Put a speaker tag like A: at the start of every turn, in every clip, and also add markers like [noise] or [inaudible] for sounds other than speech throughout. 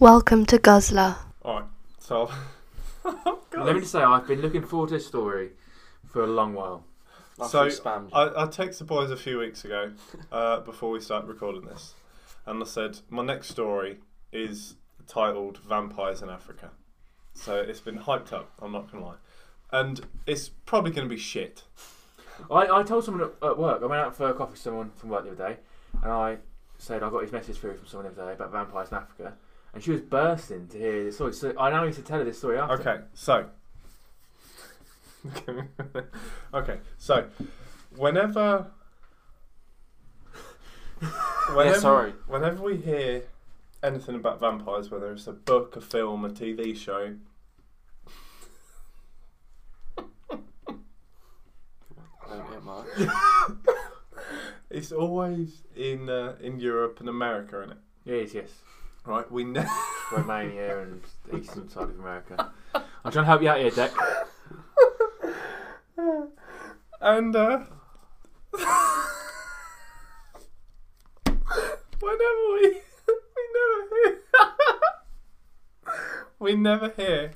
A: Welcome to Guzzler.
B: Alright, so.
C: Let me just say, I've been looking forward to this story for a long while.
B: So, [laughs]
D: so spammed.
B: I, I texted the boys a few weeks ago uh, before we started recording this, and I said, My next story is titled Vampires in Africa. So it's been hyped up, I'm not going to lie. And it's probably going to be shit.
C: I, I told someone at, at work, I went out for a coffee with someone from work the other day, and I said, I got this message through from someone the other day about vampires in Africa, and she was bursting to hear this story. So I now need to tell her this story after.
B: Okay, so. okay, so whenever.
D: yeah, sorry.
B: Whenever we hear anything about vampires, whether it's a book, a film, a TV show,
D: I don't get much.
B: [laughs] it's always in uh, in Europe and America, is it?
C: Yes, yes.
B: Right? We ne-
C: Romania and the eastern side of America. I'm trying to help you out here, Deck.
B: and uh, whenever we [laughs] we never hear [laughs] we never hear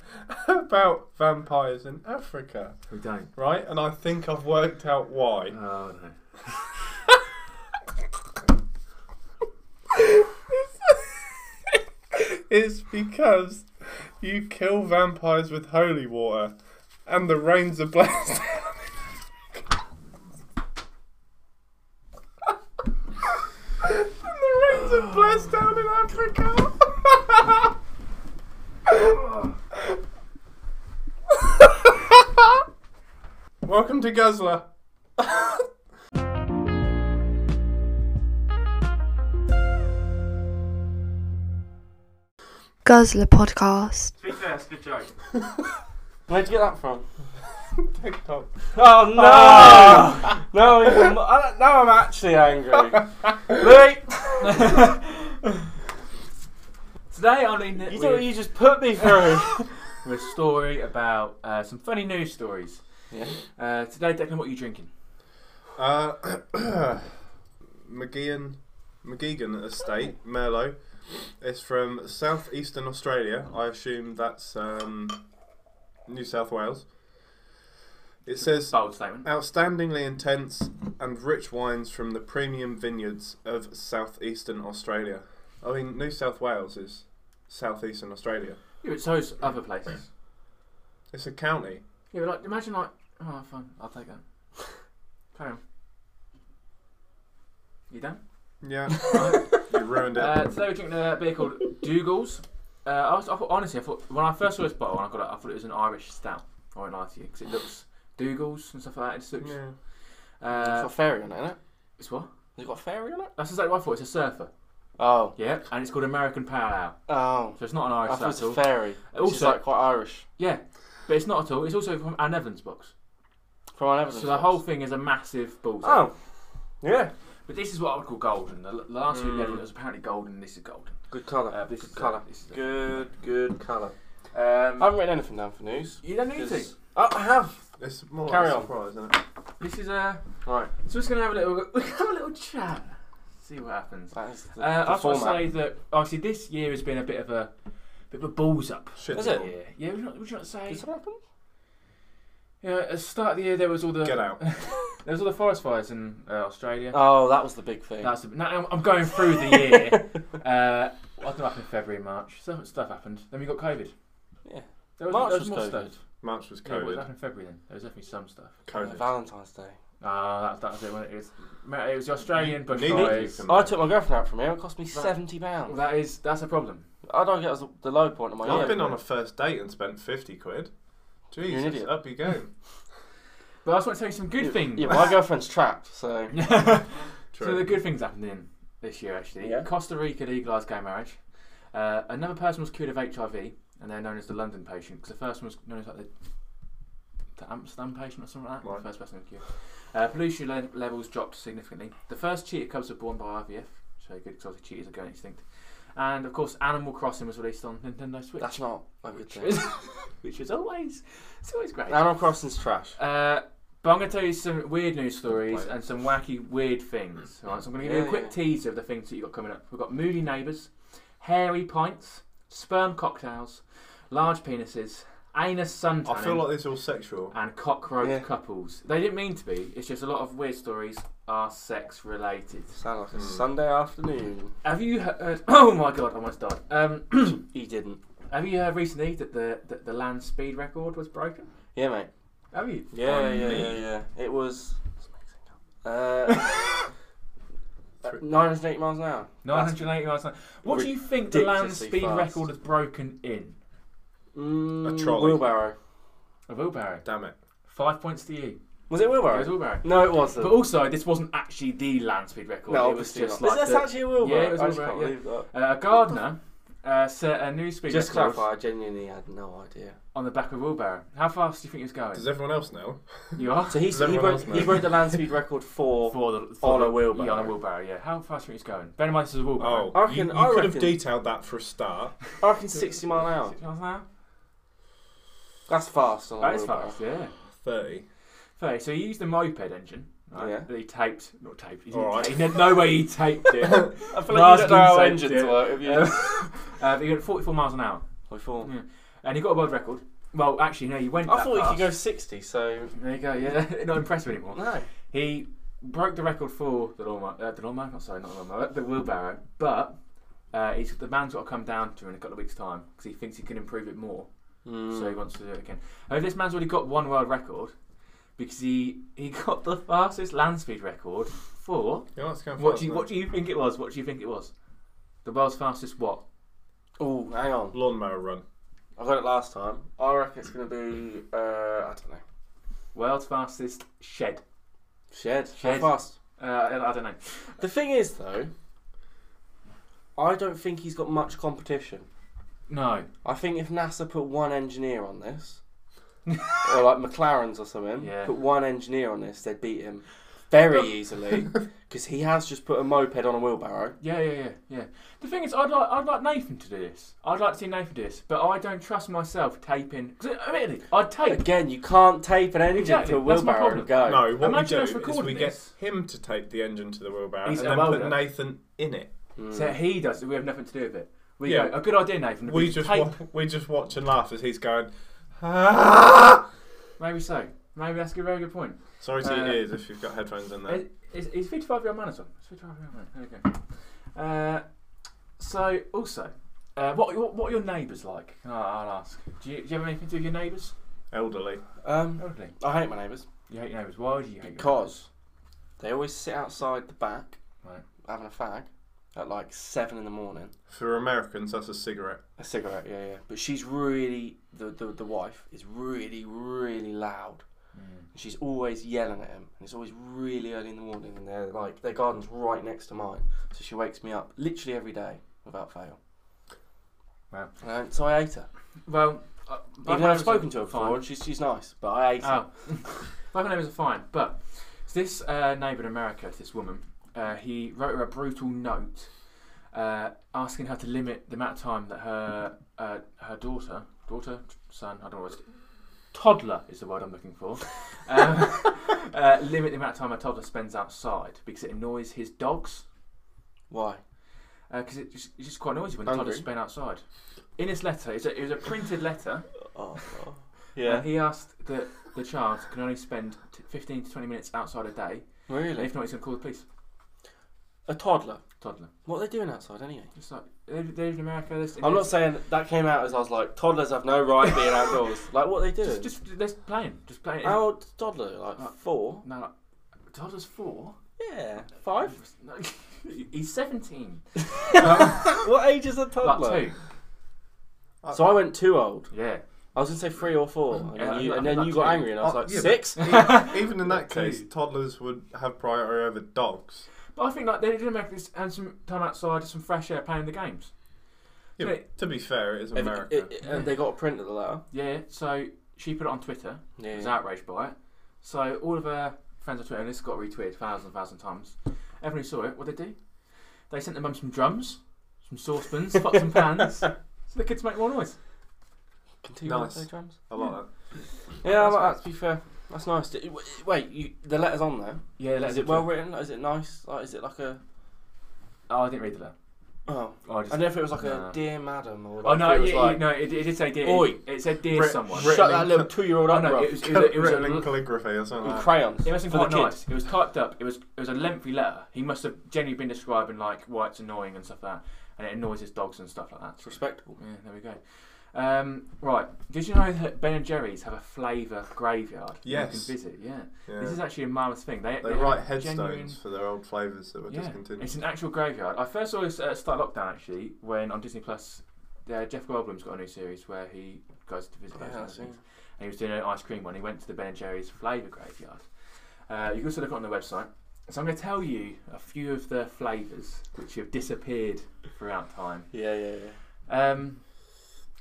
B: about vampires in Africa,
C: We don't.
B: right? And I think I've worked out why.
C: Oh, no.
B: [laughs] It's because you kill vampires with holy water, and the rains are blessed. and the rains are blessed down in Africa. [laughs] Welcome to Guzzler.
A: Guzzler podcast.
C: To be fair, it's a good joke.
D: Where'd you get that from?
B: TikTok.
D: Oh no! No, even mo- I don't- now I'm actually [laughs] angry. Louis,
C: [laughs] Today I'm in it
D: you
C: with
D: know what you just put me through.
C: [laughs] with a story about uh, some funny news stories.
D: yeah.
C: Uh, today, Declan, what are you drinking?
B: Uh, [clears throat] McGeehan, McGeegan Estate, Merlot. It's from southeastern Australia. I assume that's um, New South Wales. It says
C: Bold statement.
B: outstandingly intense and rich wines from the premium vineyards of southeastern Australia. I mean, New South Wales is southeastern Australia.
C: Yeah, but so is other places.
B: It's a county.
C: Yeah, but like, imagine like, oh, fine, I'll take that. Carry on. You done?
D: [laughs]
B: Yeah, you ruined it.
C: Uh, today we're drinking a beer called Dougal's. Uh, I was, I thought, honestly, I thought when I first saw this bottle and I got it, I thought it was an Irish stout. I won't lie to you because it looks Dougal's and stuff like that. It just looks.
B: yeah.
D: It's got
C: Uh,
D: a fairy on it, innit?
C: it's what?
D: You got a fairy on it?
C: That's exactly what I thought. It's a surfer.
D: Oh.
C: Yeah, and it's called American Pale Ale.
D: Oh.
C: So it's not an
D: I
C: Irish
D: thought it
C: stout
D: was
C: at all.
D: a fairy. Which is
C: Also-
D: like quite Irish.
C: Yeah, but it's not at all. It's also from Anne Evans box.
D: From an evidence.
C: So the whole thing is a massive bullseye.
D: Oh. Yeah.
C: But this is what I would call golden. The, the last week we had
D: Mm.
C: it was apparently golden, and this is golden.
D: Good colour.
C: Uh, this is uh,
D: colour.
C: This is
D: good, good colour. I
C: Um,
D: haven't written anything down for news.
C: you don't need to.
D: 'cause- Oh, I have.
B: It's more
D: Carry
B: like a
D: on.
B: surprise, isn't it?
C: This is a.
D: Right.
C: So we're just gonna have a little. [laughs] We have a little chat. See what happens.
D: That is the,
C: Uh,
D: the
C: I just want to
D: format.
C: say that obviously this year has been a bit of a bit of a balls up.
B: Shit.
D: Is it?
C: Yeah, yeah. Would you not, would you not say?
D: Did something happen?
C: Yeah, at the start of the year there was all the
B: Get out.
C: there was all the forest fires in uh, Australia.
D: Oh, that was the big thing.
C: That's the, no, I'm- I'm going through the
D: [laughs]
C: year. uh, what happened in February, March? Stuff, stuff happened. Then we got COVID.
D: yeah.
C: There was,
D: March
C: there was
D: was
C: more
D: COVID.
C: stuff.
B: March was
C: Yeah, what
B: COVID.
C: happened in February then? There was definitely some stuff.
D: Yeah,
B: COVID.
D: Valentine's Day.
C: Ah, that, that was it. Wasn't it? It, was, ma- it was the Australian bushfires.
B: Neither-
D: I took my girlfriend out from here. It cost me seventy
C: Well,
D: pounds.
C: that is that's a problem.
D: I don't get as the low point of my year.
B: I've been on a first date and spent 50 quid. Jesus,
D: idiot.
B: up you
D: [laughs]
B: go.
C: But I just want to tell you some good things.
D: Yeah, my girlfriend's trapped, so
C: [laughs]
B: True.
C: so the good things happened in this year actually.
D: Yeah.
C: Costa Rica legalised gay marriage. Uh, another person was cured of HIV, and they're known as the London patient because the first one was known as like the, the Amsterdam patient or something like that.
B: Right.
C: The first person cured. Uh, pollution le- levels dropped significantly. The first cheetah cubs were born by IVF, so good because obviously cheetahs are going extinct. And of course, Animal Crossing was released on Nintendo Switch.
D: that's not a good
C: which
D: thing.
C: is, [laughs] which is always it's always great.
D: Animal Crossing's trash.
C: Uh, but I'm going to tell you some weird news stories
B: Wait.
C: and some wacky weird things. All right, so I'm going to give you
D: Yeah,
C: a quick
D: yeah.
C: teaser of the things that you have got coming up. We've got Moody Neighbours, Hairy Pints, sperm cocktails, large penises, anus suntan,
B: I feel like this is all sexual.
C: and cockroach
D: Yeah.
C: couples. They didn't mean to be. It's just a lot of weird stories are sex related.
D: Sound like a
B: Hmm.
D: Sunday afternoon.
C: Have you heard? [coughs] Oh my god, I almost died. Um,
D: He didn't.
C: have you heard recently that the that the land speed record was broken?
D: Yeah, mate.
C: Have you?
D: Yeah,
B: On
D: yeah,
B: me.
D: yeah, yeah. It was. Uh, [laughs]
B: Three-
D: 908 miles an hour.
C: 980 miles an hour. What do you think the land
D: ridiculously
C: speed
D: fast.
C: record is broken in?
D: Mm,
B: trolley.
D: Wheelbarrow.
C: A wheelbarrow.
B: Damn it.
C: Five points to you.
D: Was it
C: It was
D: wheelbarrow?
C: wheelbarrow.
D: [laughs] No, it wasn't.
C: But also, this wasn't actually the land speed record.
D: no,
C: it was
D: obviously
C: just
D: not.
C: like
D: Is
C: the-
D: this actually a wheelbarrow?
C: Yeah, it was
D: I just
C: wheelbarrow,
D: can't believe that.
C: uh, a gardener uh, set a new speed
D: Just to
C: record
D: clarify, I genuinely had no idea.
C: on the back of a wheelbarrow. How fast do you think he was going?
B: Does everyone else know?
C: You
D: [laughs]
C: are
D: So he,
B: Does everyone
D: he, broke,
B: else know?
D: he broke the land speed record
C: [laughs]
D: for.
C: for the
D: on
C: the-
D: a wheelbarrow.
C: Yeah, on a wheelbarrow. Yeah. How fast do you think he's going? Bear in mind, this is a wheelbarrow.
B: Oh,
D: I
B: you,
D: reckon-
B: you
D: I
B: could have
D: reckon-
B: detailed that for a start.
D: I reckon 60 mile an hour.
C: Six miles an hour.
D: That's fast on a
C: That is
D: wheelbarrow.
C: fast. Yeah.
B: 30.
C: Fair. So he used the moped engine. Right,
D: Yeah.
C: That he taped, not taped. He didn't
B: All right.
C: tape- he had no way he taped it.
D: [laughs] I feel
C: Last
D: like you don't know how
C: insect,
D: engines
C: yeah.
D: work. If you
C: Uh,
D: just... [laughs]
C: uh, he went 44 miles an hour,
D: I thought
C: and he got a world record. Well, actually, no, he went. that
D: he could
C: fast.
D: go 60, so.
C: There you go. Yeah, [laughs] not impressive anymore.
D: No.
C: He broke the record for the lawnmower. Uh, the lawnmower? Not sorry, not the lawnmower. The wheelbarrow. But uh, he's, the man's got to come down to him in a couple of weeks' time because he thinks he can improve it more. So he
D: Mm.
C: wants to do it again. Uh, this man's already got one world record because he he got the fastest land speed record for.
B: Yeah, that's going
C: What
B: fast,
C: do you
B: man.
C: What do you think it was? What do you think it was? The world's fastest what?
D: Oh, hang on.
B: Lawnmower run.
D: I got it last time. I reckon it's going to be. Uh, I don't know.
C: World's fastest shed.
D: Shed.
C: Shed.
D: How fast?
C: Uh, I I don't know.
D: The thing is, though, I don't think he's got much competition.
C: No.
D: I think if NASA put one engineer
C: [laughs]
D: on this, or like McLaren's or something,
C: Yeah.
D: put one engineer on this, they'd beat him
C: [laughs]
D: very easily because he has just put a moped on a wheelbarrow.
C: Yeah, yeah, yeah, yeah. The thing is, I'd like, I'd like Nathan to do this. I'd like to see Nathan do this, but I don't trust myself taping. Because admittedly, I'd tape.
D: Again, you can't tape an engine
C: Exactly,
D: to a
C: that's my
D: wheelbarrow and
C: problem.
D: go.
B: No, what
C: Imagine
B: we
C: us
B: do is we
C: recording
B: get
C: this.
B: him to tape the engine to the wheelbarrow
C: He's
B: and
C: a
B: then
C: welder.
B: put Nathan in it.
D: Mm.
C: So he does it. We have nothing to do with it. We
B: Yeah.
C: go, a good idea, Nathan.
B: We just
C: tape.
B: wa- we just watch and laugh as he's going. [laughs] "Ah!"
C: Maybe so. Maybe that's a very good point.
B: Sorry to
C: Uh,
B: your ears if you've got headphones in there.
C: Is, is, is 55 year old man as well? It's 55 year old man. There we go. Uh, so, also, uh, what, what, what are your neighbours like? Can I- I'll ask. Do you, do you have anything to do with your neighbours?
B: Elderly.
D: Um,
C: Elderly.
D: I hate my neighbours
C: You hate your neighbours. Why do you hate your
D: because they always sit outside the back
C: Right.
D: having a fag at like seven in the morning.
B: For Americans, that's a cigarette.
D: A cigarette, yeah, yeah. But she's really the the, the wife is really really loud.
C: Mm.
D: She's always yelling at him, and it's always really early in the morning. And they're like their garden's right next to mine, so she wakes me up literally every day without fail.
C: Wow.
D: And so I hate her.
C: Well, uh,
D: Even though I've spoken to her before,
C: Fine.
D: and she's she's nice, but I hate her.
C: Oh, [laughs] my neighbours are fine. But so this uh, neighbour in America, this woman, uh, he wrote her a brutal note uh, asking her to limit the amount of time that her uh, her daughter, daughter, son, I don't know what it's toddler is the word I'm looking for. Um, uh, limit the amount of time her toddler spends outside because it annoys his dogs.
D: Why?
C: Because it just, it's just quite noisy when the
D: Hungry.
C: toddlers spend outside. In this letter, it's a, it was a printed letter.
D: Oh,
C: And he asked that the child can only spend t- 15 to 20 minutes outside a day. And
D: really?
C: if not, he's going to call the police.
D: A toddler.
C: Toddler.
D: What are they doing outside anyway?
C: It's like, they they live in America. This,
D: I'm not saying that came out as I was like toddlers have no right being
C: [laughs]
D: outdoors. Like what are they doing?
C: Just, Uh, just, just playing. Just playing.
D: How old is toddler? Like
C: Like-
D: four?
C: No, like, toddler's
D: [laughs]
C: four.
D: Yeah, five.
C: No, he's 17.
D: what age is a toddler?
C: Like two.
B: Uh,
D: So I went too old.
C: Yeah.
D: I was gonna say three or four, and
C: Yeah,
D: then you,
C: I- I
D: and then
C: like
D: you got
C: two.
D: angry, and I was
B: Oh,
D: like
B: yeah,
D: six.
B: E- Even in that case,
C: Two.
B: toddlers would have priority over dogs.
C: But I think like they did America this and some time outside, some fresh air, playing the games.
B: Yeah,
C: So-
B: but to be fair, it is America.
D: It- it- [laughs] and they got a print of the letter.
C: Yeah. So she put it on Twitter.
D: Yeah.
C: was outraged by it. So all of her friends on Twitter, and this got retweeted thousands and thousands of times. Everyone who saw it, what they do? They sent their mum some drums, some saucepans, pots and [laughs] pans, so the kids make more noise.
D: Continue
B: Nice.
D: to play drums.
B: I like that.
D: Yeah,
C: That's
D: well,
C: nice.
D: that's to be fair. That's nice. Did- w- Wait, you, the letter's on there.
C: Yeah,
D: Is it well written? Is it nice? Like, is it like a?
C: Oh, I didn't read the letter.
D: Oh,
C: Oh, I
D: I
C: just,
D: don't know if it was like
C: No.
D: a dear madam or.
C: oh
D: Like
C: no,
D: it was
C: yeah,
D: like,
C: no, it, it did say dear.
D: Oi.
C: it said dear
B: Brit-
C: someone.
B: Brit-
D: Shut
B: written
D: that
B: in-
D: little two-year-old
C: oh
D: up,
C: no,
D: bro.
C: it was, it was, a- it was a
B: written in calligraphy or something.
D: With
B: Like
D: crayons.
C: It must have
D: For
C: been
D: the
C: quite nice.
D: kids.
C: It was typed up. It was it was a lengthy letter. He must have genuinely been describing like why it's annoying and stuff like that, and it annoys his dogs and stuff like that.
D: It's respectable.
C: Yeah, there we go. Um, right. Did you know that Ben and Jerry's have a flavour graveyard?
B: Yes.
C: You can visit. Yeah.
B: that. Yeah.
C: This is actually a marvelous thing. They,
B: they
C: have
B: write headstones
C: genuine-
B: for their old flavours that were
C: Yeah,
B: discontinued.
C: It's an actual graveyard. I first saw this at the start of lockdown actually when on Disney Plus, uh, Jeff Goldblum's got a new series where he goes to visit.
D: Yeah,
C: those
D: I
C: and
D: see.
C: things. And he was doing an ice cream one. He went to the Ben and Jerry's flavour graveyard. Uh, you can also look on the website. So I'm going to tell you a few of the flavours which have disappeared throughout time.
D: Yeah, yeah, yeah.
C: Um,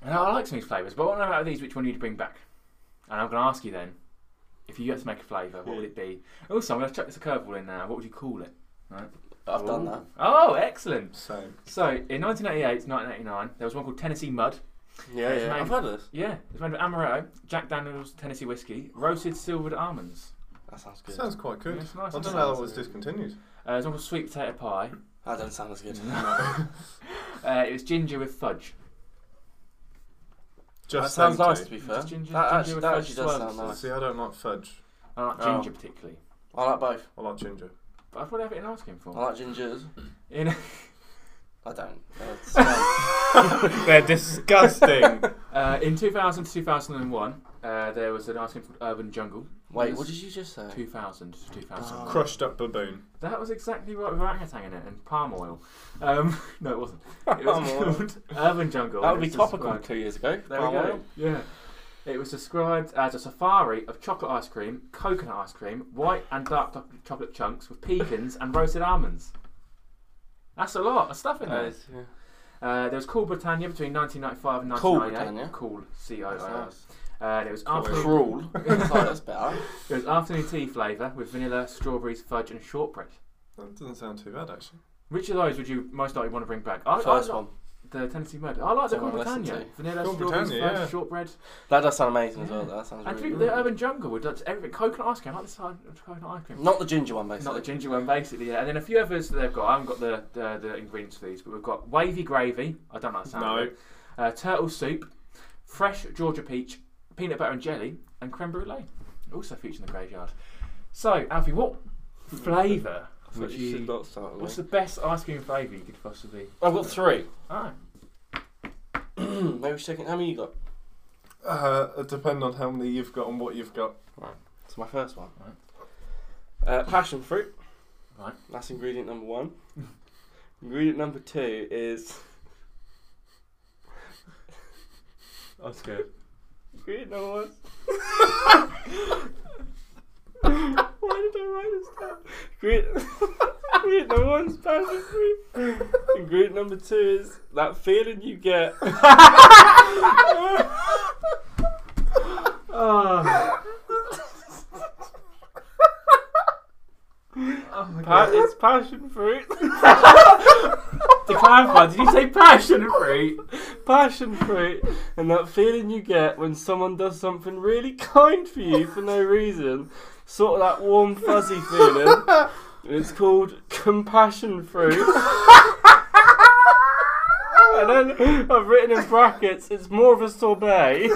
C: and I like some of these flavours, but I want to know out of these which one you'd bring back. And I'm going to ask you then, if you had to make a flavour, what would it be? Also, I'm going to chuck this a curveball in now. What would you call it?
D: I've done
C: Ooh.
D: that.
C: Oh, excellent.
B: Same.
C: So, in 1988 to 1989, there was one called Tennessee Mud.
D: Yeah,
C: It's
D: yeah.
C: made-
D: I've heard of this.
C: Yeah, it was made of amaretto, Jack Daniels Tennessee whiskey, roasted silvered almonds.
D: That sounds good.
B: Sounds quite
C: Yeah,
B: good.
C: it's nice.
B: I
C: isn't
B: don't
C: it?
B: know how that was discontinued.
C: Uh, there's one called sweet potato pie.
D: [laughs] That doesn't sound as good.
C: Uh, it was ginger with fudge.
D: That
B: Just
D: sounds
B: them
D: nice
B: two.
D: to be fair.
C: Just ginger-
D: that
C: ginger
D: actually,
C: with
D: that
C: fresh
D: actually does
C: swirls.
D: sound nice.
B: See, I don't like fudge.
C: I don't like
D: Oh.
C: ginger particularly,
D: I like both.
B: I like ginger.
C: but I'd probably have it in ice cream
D: I
C: form.
D: like gingers.
C: In,
D: I [laughs] don't. They're smell-
B: They're disgusting. [laughs]
C: uh, in 2000 to 2001, uh, there was an ice cream called Urban Jungle.
D: Wait, what did you just say?
C: 2000 to 2001.
D: Oh.
B: Crushed up baboon.
C: That was exactly right with orangutan in it and palm oil. Um, [laughs] no, it wasn't. It was
D: Palm oil.
C: called Urban Jungle.
D: that
C: It
D: would be
C: was
D: topical
C: described-
D: two years ago.
C: There
D: Palm
C: we go.
D: oil.
C: Yeah. It was described as a safari of chocolate ice cream, coconut ice cream, white and dark cho- chocolate chunks with pecans and roasted almonds. That's a lot of stuff in
D: That
C: there.
D: is, yeah.
C: Uh, there was Cool Britannia between 1995 and
D: Cool
C: 1998.
D: Britannia.
C: Cool, C O
D: That's
C: O
D: nice.
C: S. Uh, It was afternoon, [laughs]
D: Cruel. It's like, that's better.
C: it was afternoon tea flavour with vanilla, strawberries, fudge, and shortbread.
B: That doesn't sound too bad, actually.
C: Which of those would you most likely want to bring back? I, I
D: First
C: like
D: one.
C: the Tennessee Murder. I like the
D: Someone
C: Cool
D: listen
C: Britannia.
D: to.
C: Vanilla,
B: Cool
C: strawberries,
B: Britannia,
C: fudge,
B: yeah.
C: shortbread.
D: That does sound amazing as
C: Yeah.
D: well. That sounds
C: And
D: really
C: think
D: good.
C: the urban jungle with that's everything coconut ice cream. I like the side of coconut ice cream.
D: Not the ginger one, basically.
C: Not the ginger one, basically. Yeah. And then a few others that they've got. I haven't got the the, the ingredients for these, but we've got wavy gravy. I don't like the sound. of
B: No.
C: it. Uh, turtle soup, fresh Georgia peach, peanut butter and jelly, and creme brulee. Also featured in the graveyard. So, Alfie, what flavour
D: I
C: would
D: thought you should
C: you?
D: not start with
C: What's
D: me.
C: the best ice cream flavour you could possibly?
D: I've got three. [clears throat]
C: Oh,
D: Maybe we should take it. How many you got?
B: Uh, it depend on how many you've got and what you've got.
D: It's my first one.
C: Right.
D: Uh, passion fruit.
C: Right.
D: That's ingredient number one. [laughs] ingredient number two is.
C: I'm scared.
D: Ingredient number one. [laughs]
C: Why did I write this down?
D: Ingredient, [laughs] ingredient number one is passion fruit. ingredient number two is that feeling you get.
C: Oh,
D: Pa- it's passion fruit.
C: to clarify, did you say passion fruit?
D: passion fruit and that feeling you get when someone does something really kind for you for no reason sort of that warm fuzzy feeling it's called compassion fruit and then i've written in brackets it's more of a sorbet [laughs]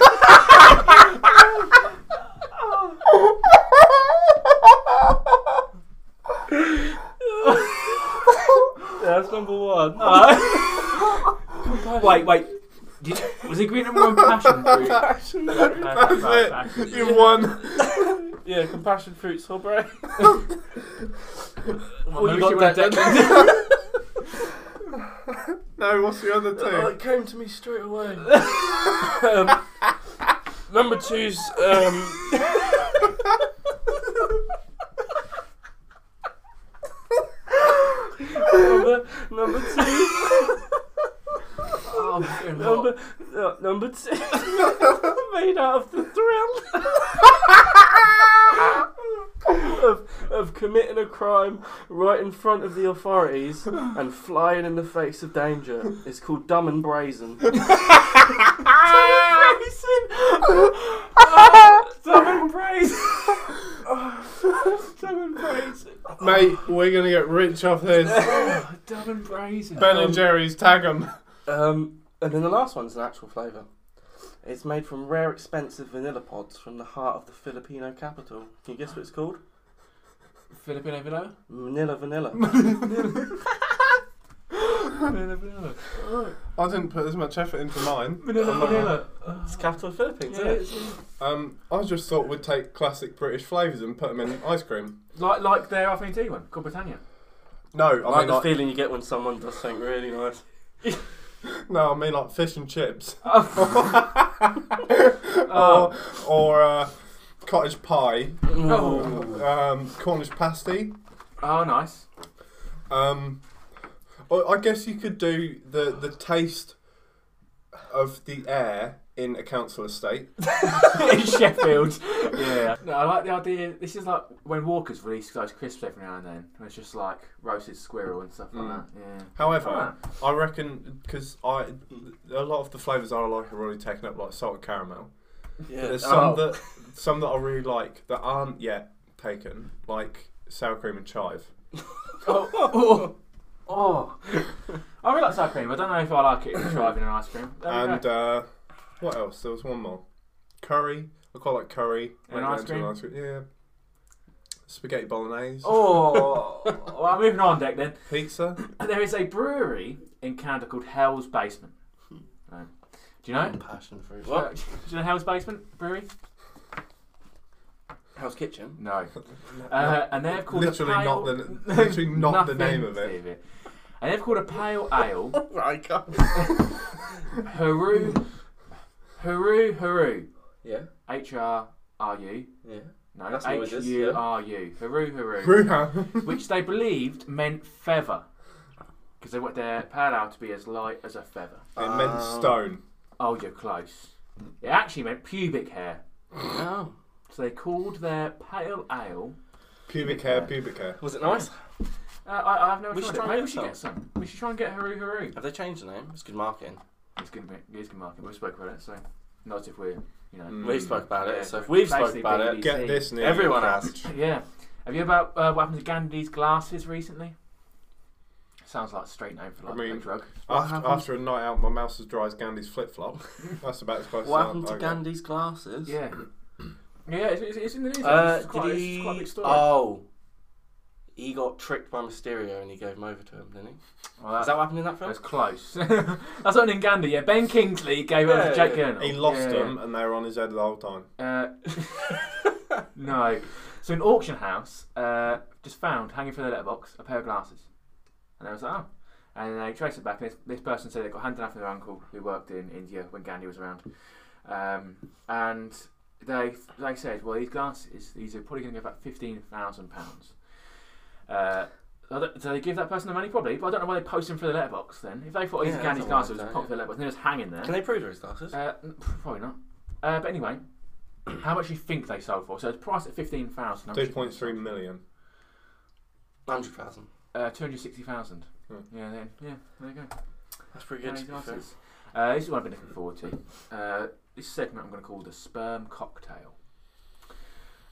D: that's number one
C: Wait, wait. Did, was ingredient number one passion fruit?
D: Compassion fruit.
C: That's
B: That's it. You've won.
D: Yeah, compassion fruit sorbet.
C: Well,
D: you
C: you
D: got
C: got
D: that
C: [laughs] that.
B: No, what's the other two?
D: Oh, came to me straight away. [laughs] um, number two's um, number number two
C: Oh, fucking hell.
D: number no, number two made out of the thrill of of committing a crime right in front of the authorities and flying in the face of danger. It's called dumb and
C: [laughs]
D: brazen.
C: Dumb and brazen. Dumb and brazen.
B: [laughs]
D: [laughs]
B: Mate, we're gonna get rich off this.
C: Dumb Even brazen.
B: Ben and Jerry's, tag 'em.
D: Um, and then the last one's an actual flavour. It's made from rare, expensive vanilla pods from the heart of the Filipino capital. Can you guess what it's called?
C: Filipino
D: [laughs]
C: vanilla.
D: Manila Vanilla.
C: Vanilla vanilla.
B: I didn't put as much effort into mine.
C: Vanilla
B: I'm not-
C: vanilla.
D: It's capital of Philippines,
C: Yeah,
D: isn't it?
C: it's-
B: Um, I just thought we'd take classic British flavours and put them in ice cream.
C: Like like their afternoon tea one, called Britannia.
B: No, I,
D: I like
B: mean
D: the
B: like,
D: feeling you get when someone does something really nice.
B: no, I mean like fish and
D: [laughs]
B: chips,
C: Oh.
B: [laughs] or or uh, cottage pie,
C: Oh.
B: um, Cornish pasty.
C: Oh, nice. [laughs]
B: Um, or I guess you could do the the taste of the air in a council estate.
C: in Sheffield. Yeah. No, I like the idea. This is like when Walkers release those crisps every now and then, and it's just like roasted squirrel and stuff like
B: Mm.
C: that. Yeah.
B: However,
C: Ah.
B: I reckon because I a lot of the flavours I like are already taken up, like salted caramel. But
D: Yeah.
B: There's some
C: Oh.
B: that some that I really like that aren't yet taken, like sour cream and chive.
D: [laughs]
C: Oh, oh, oh. I really like sour cream. I don't know if I like it if it's driving an ice cream. There we
B: and
C: go.
B: uh, what else? There was one more. Curry. I quite like curry.
C: And
B: Like
C: ice
B: into
C: cream?
B: Yeah. Spaghetti bolognese.
C: Oh, well, moving on, deck then.
B: Pizza. [coughs]
C: There is a brewery in Canada called Hell's Basement.
D: Hmm.
C: Um, do you know? it?
D: Passion fruit.
C: Uh, Do you know Hell's Basement Brewery? [laughs]
D: How's kitchen?
C: No. Uh, and they're called
B: Literally
C: a pale...
B: not the- literally not the
C: [laughs] Nothing
B: name of
C: to
B: it.
C: do with And they've called a pale ale
D: Right, God.
C: Haru Haru Haru
D: Yeah,
C: H R R U
D: yeah.
C: no
D: That's
C: H
D: noises, yeah.
C: U R U Haru Haru
B: Bruja.
C: which they believed meant feather because they want their pale ale to be as light as a feather.
B: it meant
D: Um,
B: stone.
C: Oh, you're close. It actually meant pubic hair.
D: Oh.
C: So they called their pale ale.
B: Pubic hair. Pubic hair.
D: Was it nice?
C: Uh, I, I've never
D: We should
C: tried
D: try
C: it. Maybe
D: and get
C: we should get some. We should try and get Haru Haru.
D: Have they changed the name? It's good marketing.
C: It's good. It's good marketing. We spoke about it, so not as if we're you know.
B: Mm.
D: We spoke about
C: Hmm. Yeah,
D: it, so if
C: we're
D: we've spoke
C: basically
D: about
C: BBC.
D: it,
B: Get this near
D: Everyone
B: your
D: has.
B: couch.
C: Yeah. Have you about uh, what happened to Gandhi's glasses recently? Sounds like a straight name for like
B: I mean-
C: a drug.
D: What
B: After,
D: happened?
B: after a night out, my mouse is dry as Gandhi's flip
D: [laughs]
B: flop. That's about as close
D: what
B: as I-
D: happened
B: I
D: to
B: got.
D: Gandhi's glasses?
C: Yeah. Yeah, it's, it's, it's in the news.
D: Uh,
C: it's quite,
D: did
C: it's
D: he?
C: quite a big story.
D: Oh, he got tricked by Mysterio and he gave him over to him, didn't he?
C: well, that,
D: Is that what happened in that film?
C: that's close. [laughs] that's not in Gandhi. Yeah, Ben Kingsley gave over
D: Yeah,
C: to Jack
D: yeah.
C: Gurnall.
B: He lost
C: Yeah, yeah.
B: them, and they were on his head the whole time.
C: Uh,
D: [laughs]
C: no. So an auction house uh, just found hanging from their letterbox a pair of glasses, and they was like, oh. And they traced it back, and this, this person said it got handed out from their uncle who worked in India when Gandhi was around. Um, and they they said, well, these glasses, these are probably going to go about fifteen thousand pounds. Uh, so th- so they give that person the money probably, but I don't know why they post him through the letterbox then. If they thought "Oh,
D: Yeah,
C: these
D: I
C: Gandhi's
D: don't know,
C: glasses,
D: don't
C: pop
D: you?
C: through the letterbox, and they're just hanging there.
D: Can they prove those glasses?
C: Uh, n- [laughs] probably not. Uh, but anyway, [clears throat] how much do you think they sold for? So it's priced at fifteen thousand.
B: Two point three million.
D: Hundred thousand.
C: Uh, Two hundred sixty thousand.
B: Hmm.
C: Yeah, then yeah, there you go.
D: That's pretty good.
C: Gandhi's
D: to be fair.
C: glasses. Uh, this is what I've been looking forward to. Uh, this segment I'm going to call the sperm cocktail.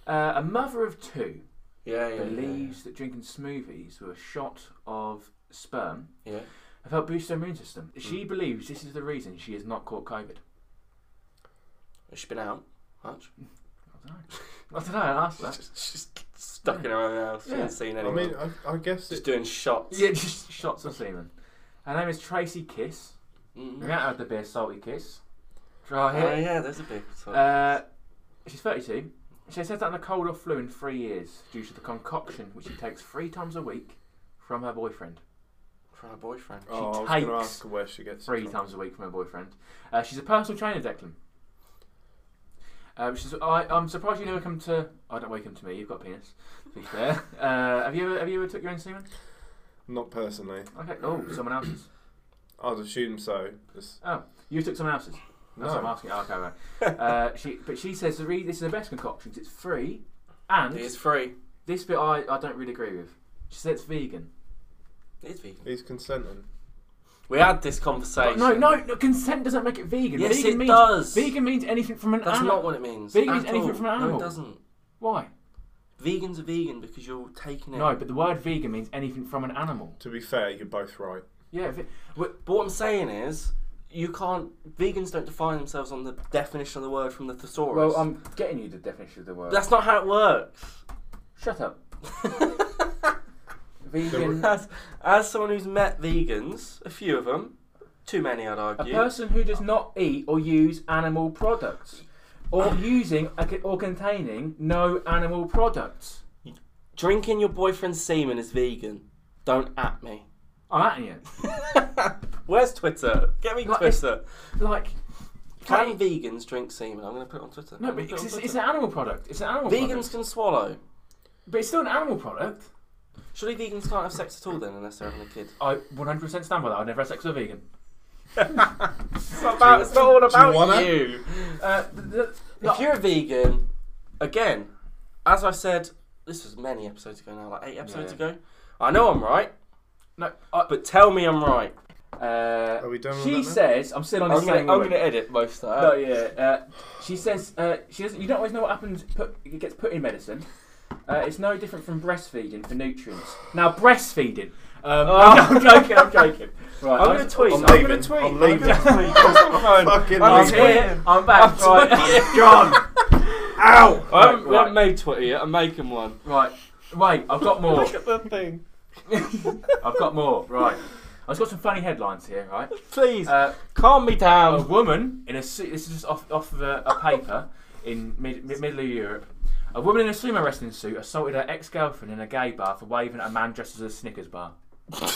C: Uh, a mother of two
D: Yeah, yeah. yeah,
C: believes that drinking smoothies with a shot of sperm
D: Yeah. yeah.
C: have helped boost her immune system. She
D: Hmm.
C: believes this is the reason she has not caught COVID.
D: Has she been out much?
C: I don't know. I don't know. I asked that.
D: She's [laughs] just stuck in her own house. She
C: Yeah.
D: hasn't seen
B: I
D: anyone.
B: mean, I, I guess
D: just
B: it,
D: doing shots.
C: Yeah, just shots of semen. Her name is Tracy Kiss.
D: Mm.
C: We haven't had the beer salty kiss. Try
D: Oh
C: it.
D: yeah, there's a big. sort of-
C: Uh, she's 32. She says that the cold or flu in three years due to the concoction which she takes three times a week from her boyfriend.
D: for her boyfriend.
B: oh, I was
C: takes
B: going to ask where she gets it
C: Three
B: from.
C: times a week from her boyfriend. Uh, she's a personal trainer, Declan. Uh, which is, I, I'm surprised you never come to. I don't welcome to me. You've got a penis. To be fair, [laughs] uh, have you ever have you ever took your own semen?
B: Not personally.
C: Okay. Oh, someone else's.
B: I'd assume so. It's-
C: Oh, you took someone else's. That's what I'm
B: no.
C: asking. Oh, okay, [laughs] right. uh, she, but she says the re- this is the best concoction 'cause it's free, and
D: It is free.
C: this bit I, I don't really agree with. She says it's vegan.
D: It is vegan.
B: He's consenting.
D: We had this conversation.
C: No, no, no, consent doesn't make it vegan.
D: Yes,
C: vegan
D: it
C: means,
D: does.
C: Vegan means anything from an
D: That's
C: animal.
D: not what it means.
C: Vegan
D: at
C: is anything
D: all.
C: from an
D: No,
C: animal.
D: it doesn't.
C: Why?
D: Vegan's a vegan because you're taking it.
C: No, but the word vegan means anything from an animal.
B: To be fair, you're both right.
C: Yeah, vi-
D: But what I'm saying is, you can't. Vegans don't define themselves on the definition of the word from the thesaurus.
C: well, um, I'm getting you the definition of the word.
D: That's not how it works. [laughs]
C: Shut up.
B: Don't
C: [laughs] Vegan.
D: as, as someone who's met vegans, a few of them, too many, I'd
C: A
D: argue.
C: person who does not eat or use animal products, or using a co- or containing no animal products.
D: Drinking your boyfriend's semen is vegan. Don't
C: [laughs]
D: at me.
C: I'm at you.
D: Where's Twitter? Get me
C: Like, it's-
D: Twitter.
C: Like,
D: Can vegans drink semen? I'm going to put it on Twitter.
C: no,
D: I'm
C: but
D: gonna put it
C: it's,
D: on
C: it's,
D: Twitter.
C: it's an animal product. It's an animal
D: Vegans
C: product.
D: can swallow.
C: But it's still an animal product.
D: Surely vegans can't have sex at all then, unless they're having a kid.
C: I 100% stand by that. I'd never have sex with a vegan.
D: It's not, about, it's not all
B: about wanna?
D: you.
C: Uh, th- th-
D: If you're a vegan, again, as I said, this was many episodes ago now, like eight episodes
C: Yeah.
D: ago. I know I'm right,
C: no, I,
D: but tell me I'm right.
C: Uh,
B: Are we done with
C: she
B: that now?
C: says, "I'm still on this
D: I'm gonna,
C: thing."
D: I'm gonna edit most of that. [laughs]
C: No, yeah. Uh, she says uh, she doesn't. You don't always know what happens. Put, it gets put in medicine. Uh, it's no different from breastfeeding for nutrients. Now, breastfeeding. Um, [laughs] I'm joking. I'm joking. Right,
D: Oh. I'm gonna tweet.
B: I'm
D: I'm gonna
B: leaving.
D: tweet.
B: I'm
D: I'm
B: leaving.
D: gonna tweet. I'm
B: [laughs]
D: gonna
B: Fucking
D: I'm
B: leave.
D: here.
C: I'm back.
D: I'm
C: right, [laughs]
B: John! Ow!
D: I haven't,
C: Right,
D: we haven't
C: right.
D: made Twitter yet. I'm making one.
C: right. Wait, I've got more.
B: Look at that thing.
C: I've got more. Right. I've got some funny headlines here. Right.
D: Please
C: Uh,
D: calm me
C: a
D: down.
C: woman in a su- this is just off off of a, a paper in mid, mid, middle of Europe. A woman in a sumo wrestling suit assaulted her ex-girlfriend in a gay bar for waving at a man dressed as a Snickers bar. oh,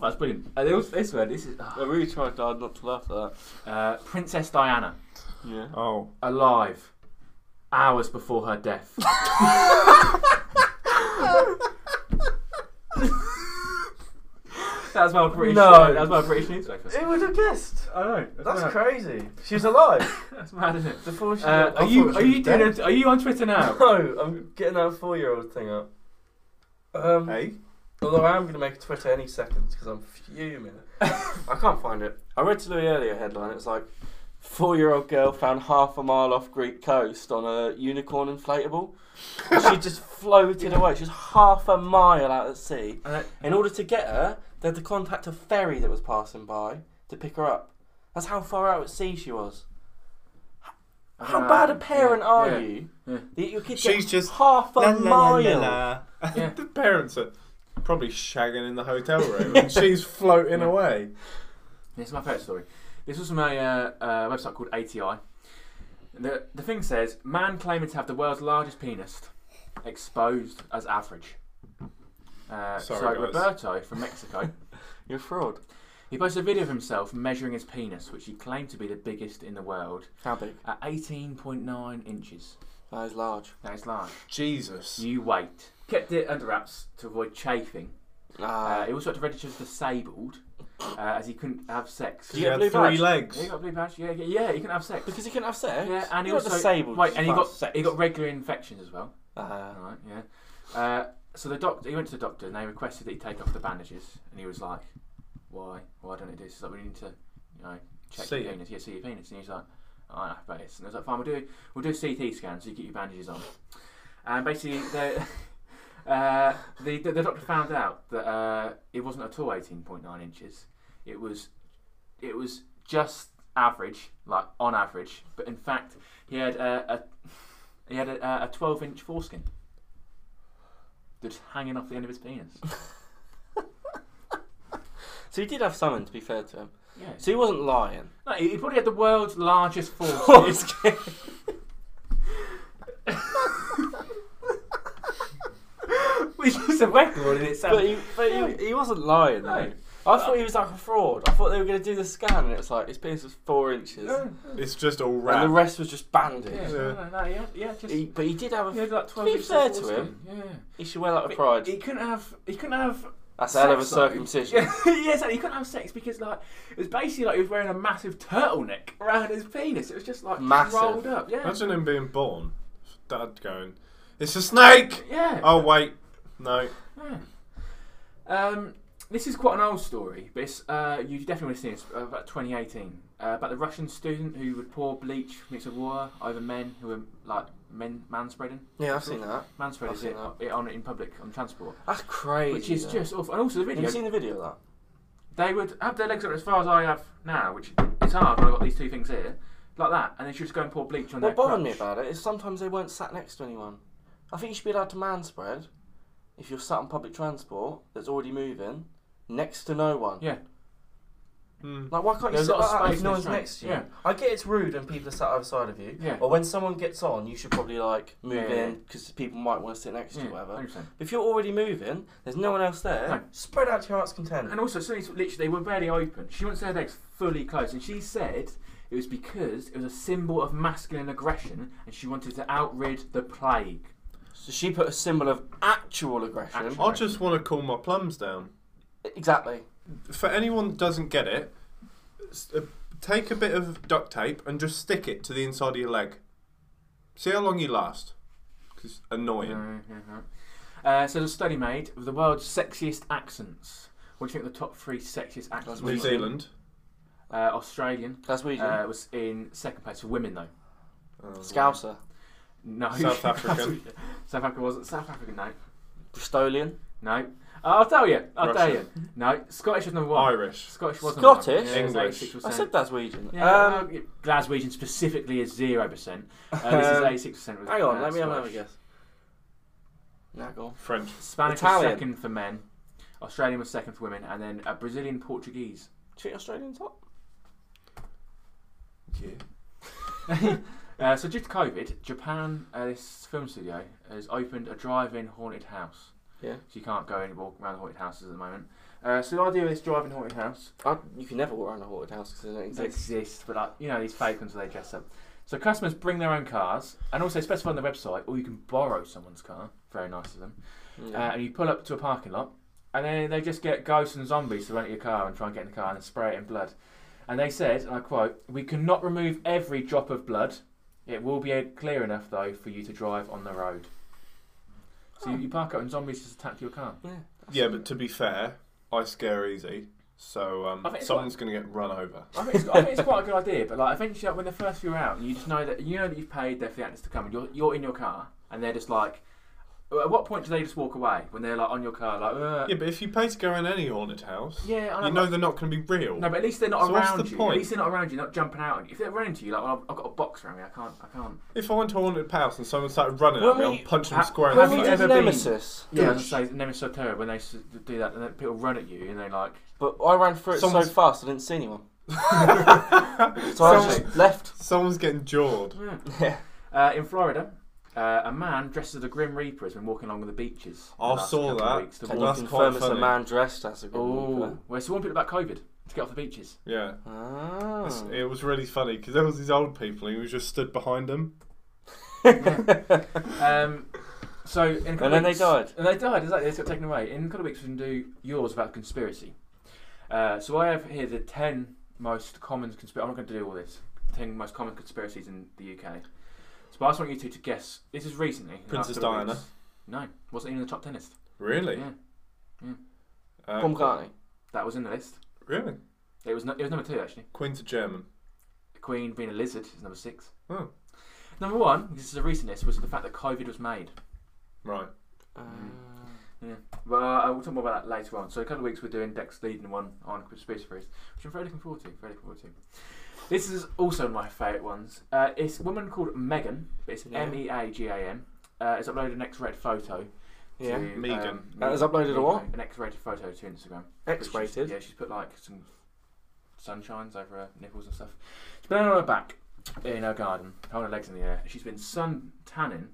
C: that's brilliant. Uh, this, this one, this is
D: Oh, I really tried hard not ah, to laugh at that.
C: uh, Princess Diana
D: Yeah.
B: Oh.
C: alive hours before her
D: [laughs]
C: death. that's my British.
E: No.
C: uh, that's my British news. breakfast.
E: Who would have guessed?
C: I know.
E: That's
C: mad.
E: crazy. She was alive
C: That's mad, isn't it?
E: before she.
C: Uh,
E: I
C: are you
E: thought
C: are
E: she
C: you
E: was
C: doing
E: dead.
C: a, are you on Twitter now?
E: [laughs] No, I'm getting our four-year-old thing up. Um,
B: Hey?
E: Although I am going to make a Twitter any second because I'm
D: [laughs]
E: fuming.
D: I can't find it. I read to Louis earlier headline. It's like four-year-old girl found half a mile off Greek coast on a unicorn inflatable. And she just [laughs] floated away. She's half a mile out at sea.
C: And I-
D: In order to get her, they had to contact a ferry that was passing by to pick her up. That's how far out at sea she was.
C: I
D: How
C: don't know.
D: bad a parent
C: Uh, Ah, Yeah,
D: are
C: yeah.
D: you?
C: yeah.
D: That your kid
B: She's
D: gets
B: just-
D: half a mile.
C: Yeah.
B: [laughs] the parents are probably shagging in the hotel room and
D: [laughs]
B: she's floating
C: Yeah.
B: away.
C: This is my favourite story. This was from a uh, uh, website called ATI. The, the thing says, man claiming to have the world's largest penis exposed as average. Uh,
B: Sorry,
C: so
B: guys.
C: Roberto from Mexico,
D: You're a fraud.
C: he posted a video of himself measuring his penis, which he claimed to be the biggest in the world,
D: How big?
C: at 18.9 inches.
D: That is large.
C: That is large.
B: Jesus.
C: You wait. Kept it under wraps to avoid chafing. Uh,
D: Ah.
C: he also had to register as disabled, uh, as he couldn't have sex.
D: Do
B: She
D: you get
B: had
D: blue
B: three
D: badge?
B: legs.
C: Yeah, he got a blue badge. Yeah, yeah, yeah, he couldn't have sex.
D: because he couldn't have sex.
C: Yeah, and he
D: You're not
C: also
D: disabled.
C: Wait,
D: you
C: and he
D: can't
C: got
D: have sex.
C: he got regular infections as well.
D: Ah.
C: All right, yeah. Uh, so the doctor, he went to the doctor and they requested that he take off the bandages, and he was like, "Why? Why don't I do this? Like, we need to, you know, check
B: See
C: your
B: it.
C: penis. Yeah, see your penis." And he was like, "Oh, "I know about this." And I was like, "Fine, we'll do we'll do a CT scan so you get your bandages on." And basically, the [laughs] uh, the, the, the doctor found out that uh, it wasn't at all eighteen point nine inches. It was it was just average, like on average. But in fact, he had uh, a he had a, a- a 12 inch foreskin that's hanging off the end of his penis. Ah.
D: So he did have something, to be fair to him.
C: Yeah.
D: So he wasn't lying.
C: [laughs] No, he, he probably had the world's largest
D: [laughs] Oh,
C: foreskin.
D: it's good.
C: [laughs] which is a record in itself.
D: but he, but he, he wasn't lying, though.
C: No.
D: I thought he was like a fraud. I thought they were going to do the scan, and it was like his penis was four inches,
C: No,
B: It's just all
D: and the
B: wrapped.
D: rest was just bandage.
C: yeah, no, no, no, yeah, yeah, just.
D: He, but he did have a.
C: he had like 12
D: be
C: inches
D: fair
C: of
D: to
C: foreskin.
D: him,
C: yeah.
D: He should wear that with
C: But
D: pride.
C: He couldn't have. He couldn't have.
D: That's a hell of a
C: sex, though.
D: circumcision.
C: Yeah, [laughs] yeah, exactly. He couldn't have sex because, like, it was basically like he was wearing a massive turtleneck around his penis. It was just like
D: Massive.
C: rolled up. Yeah.
B: Imagine him being born. Dad going, It's a snake!
C: yeah.
B: Oh, wait. No.
C: Yeah. Hmm. Um, This is quite an old story, but it's, uh, you definitely would have seen this uh, about 2018 uh, about the Russian student who would pour bleach mixed with water over men who were like men man spreading.
D: Yeah, I've seen that.
C: Man spread
D: I've
C: is
D: seen
C: it,
D: that.
C: it on in public on transport,
D: That's crazy.
C: which is
D: though.
C: just awful. And also the
D: Have
C: video,
D: you seen the video of that?
C: they would have their legs up as far as I have now, which it's hard when I've got these two things here, like that, and they should just go and pour bleach on their
D: What bothered me
C: crotch.
D: about it is sometimes they weren't sat next to anyone. I think you should be allowed to man spread if you're sat on public transport that's already moving next to no one.
C: Yeah.
B: Hmm.
D: Like, why can't you
C: There's a
D: sit
C: lot of
D: like that
C: space
D: if no
C: in
D: one's
C: this room.
D: next to you?
C: Yeah.
D: I get it's rude when people are sat either side of you.
C: Yeah.
D: Or when someone gets on, you should probably, like, move in
C: Yeah,
D: 'cause
C: yeah,
D: in because people might want to sit next to
C: Yeah,
D: you, whatever.
C: 100%.
D: If you're already moving, there's no one else there,
C: No.
D: spread out to your heart's content.
C: And also, something literally they were barely open. She wants her legs fully closed, and she said it was because it was a symbol of masculine aggression, and she wanted to outrid the plague.
D: So she put a symbol of actual aggression.
C: Actual.
B: I just want to cool my plums down.
D: Exactly.
B: For anyone that doesn't get it, s- uh, take a bit of duct tape and just stick it to the inside of your leg. See how long you last. 'Cause it's annoying.
C: Uh, so, there's a study made of the world's sexiest accents. What do you think the top three sexiest accents?
D: That's
B: New
C: were?
D: Really?
B: Zealand.
C: Uh, Australian
D: That's Ouija.
C: uh, was in second place for women, though.
B: Oh,
D: Scouser.
C: No, [laughs]
B: South African.
C: South Africa wasn't South African. No,
D: Bristolian.
C: no. I'll tell you. I'll tell
B: Russian.
C: you. No, Scottish was number one.
B: Irish.
C: Scottish was
D: Scottish?
B: English.
D: I said that's Norwegian.
C: Yeah,
D: um, [laughs]
C: well, yeah, Glaswegian specifically is zero percent. Uh, this is
D: Um,
C: eighty-six percent.
D: Hang on, let me have another guess. Nah, go on.
B: French.
C: Spanish
D: Italian.
C: was second for men. Australian was second for women, and then uh, Brazilian, Portuguese.
D: Do you think Australian top?
B: Yeah.
C: Uh, so due to COVID, Japan, uh, this film studio has opened a drive-in haunted house.
D: Yeah.
C: So you can't go and walk around haunted houses at the moment. Uh, so the idea of this drive-in haunted house
D: I, you can never walk around a haunted house because it don't
C: They
D: exist.
C: exist, but like, you know these fake ones where they dress up. So customers bring their own cars, and also specify on the website, or you can borrow someone's car. Very nice of them.
D: Yeah.
C: uh, and you pull up to a parking lot, and then they just get ghosts and zombies to run at your car and try and get in the car and spray it in blood. And they said, and I quote, "We cannot remove every drop of blood. It will be clear enough though for you to drive on the road." So you, you park up and zombies just attack your car.
D: yeah.
B: Yeah, but to be fair, I scare easy. So um,
C: I think it's
B: someone's going to get run over.
C: I think, it's, I think it's quite a good idea, but like eventually, like, when the first few are out, and you just know that you know that you've paid there for the actors to come, and you're you're in your car, and they're just like, at what point do they just walk away when they're like on your car, like, uh,
B: Yeah, but if you pay to go in any haunted house,
C: yeah, I
B: you
C: but-
B: know they're not going to be real.
C: No, but at least they're not
B: So what's
C: around
B: the
C: you.
B: point?
C: At least they're not around you, not jumping out. on you. If they're running to you, like, well, I've, I've got a box around me, I can't, I can't.
B: If I went to a haunted house and someone started running
D: When
B: at me,
D: we-
B: I'll punch them
C: ha-
B: square in
C: when
D: Have
B: the
D: we
C: you
B: face.
D: did
C: ever been-
D: Nemesis?
C: Yeah,
B: Yeah.
C: as I say, Nemesis of Terror, when they s- do that, and then people run at you, and they like,
D: But I ran through it so
B: Someone's-
D: fast I didn't
B: [laughs]
D: see anyone. so I
B: Someone's-
D: just [laughs] left.
B: Someone's getting jawed.
C: "Hmm."
D: Yeah.
C: uh, in Florida, uh, a man dressed as a Grim Reaper has been walking along the beaches. the
B: I
C: last
B: saw
C: couple of
B: that.
C: weeks to
D: Can
B: Well,
D: you
C: warn-
B: that's
D: confirm
B: quite
D: it's a
B: funny.
D: man dressed as a good
C: Oh, well, it's to warn people about COVID to get off the beaches.
B: Yeah.
D: Ah.
B: It's- It was really funny because there was these old people and he was just stood behind them.
C: [laughs] Um, so in a couple
D: And then
C: of
D: they
C: weeks-
D: died.
C: And they died. Exactly, they got taken away. In a couple of weeks, we can do yours about conspiracy. Uh, so I have here the ten most common conspiracy. I'm not going to do all this. Ten most common conspiracies in the UK. So I just want you two to guess. This is recently. in the last
B: Princess
C: couple of
B: Diana.
C: weeks. No, wasn't even in the top ten list.
B: Really?
C: Yeah, Mm.
B: Uh,
D: Paul McCartney.
C: that was in the list.
B: really?
C: It was. No, it was number two actually.
B: Queen's a German.
C: Queen being a lizard is number six.
B: Oh.
C: Number one, this is a recent list, was the fact that COVID was made.
B: Right.
D: Uh,
C: uh, Well, I will talk more about that later on. So, a couple of weeks we're doing Dex leading one on conspiracy theories, which I'm very looking forward to. Very looking forward to. This is also one of my favourite ones. Uh, it's a woman called Megan. but It's
D: Yeah.
C: M E A G A N. Uh, It's uploaded an X-rated photo.
D: Yeah.
C: To,
B: Megan.
C: Um,
D: That has uploaded a what?
C: An X-rated photo to Instagram.
D: X-rated.
C: Yeah, she's put like some sunshines over her nipples and stuff. She's been on her back in her garden, holding her legs in the air. She's been sun tanning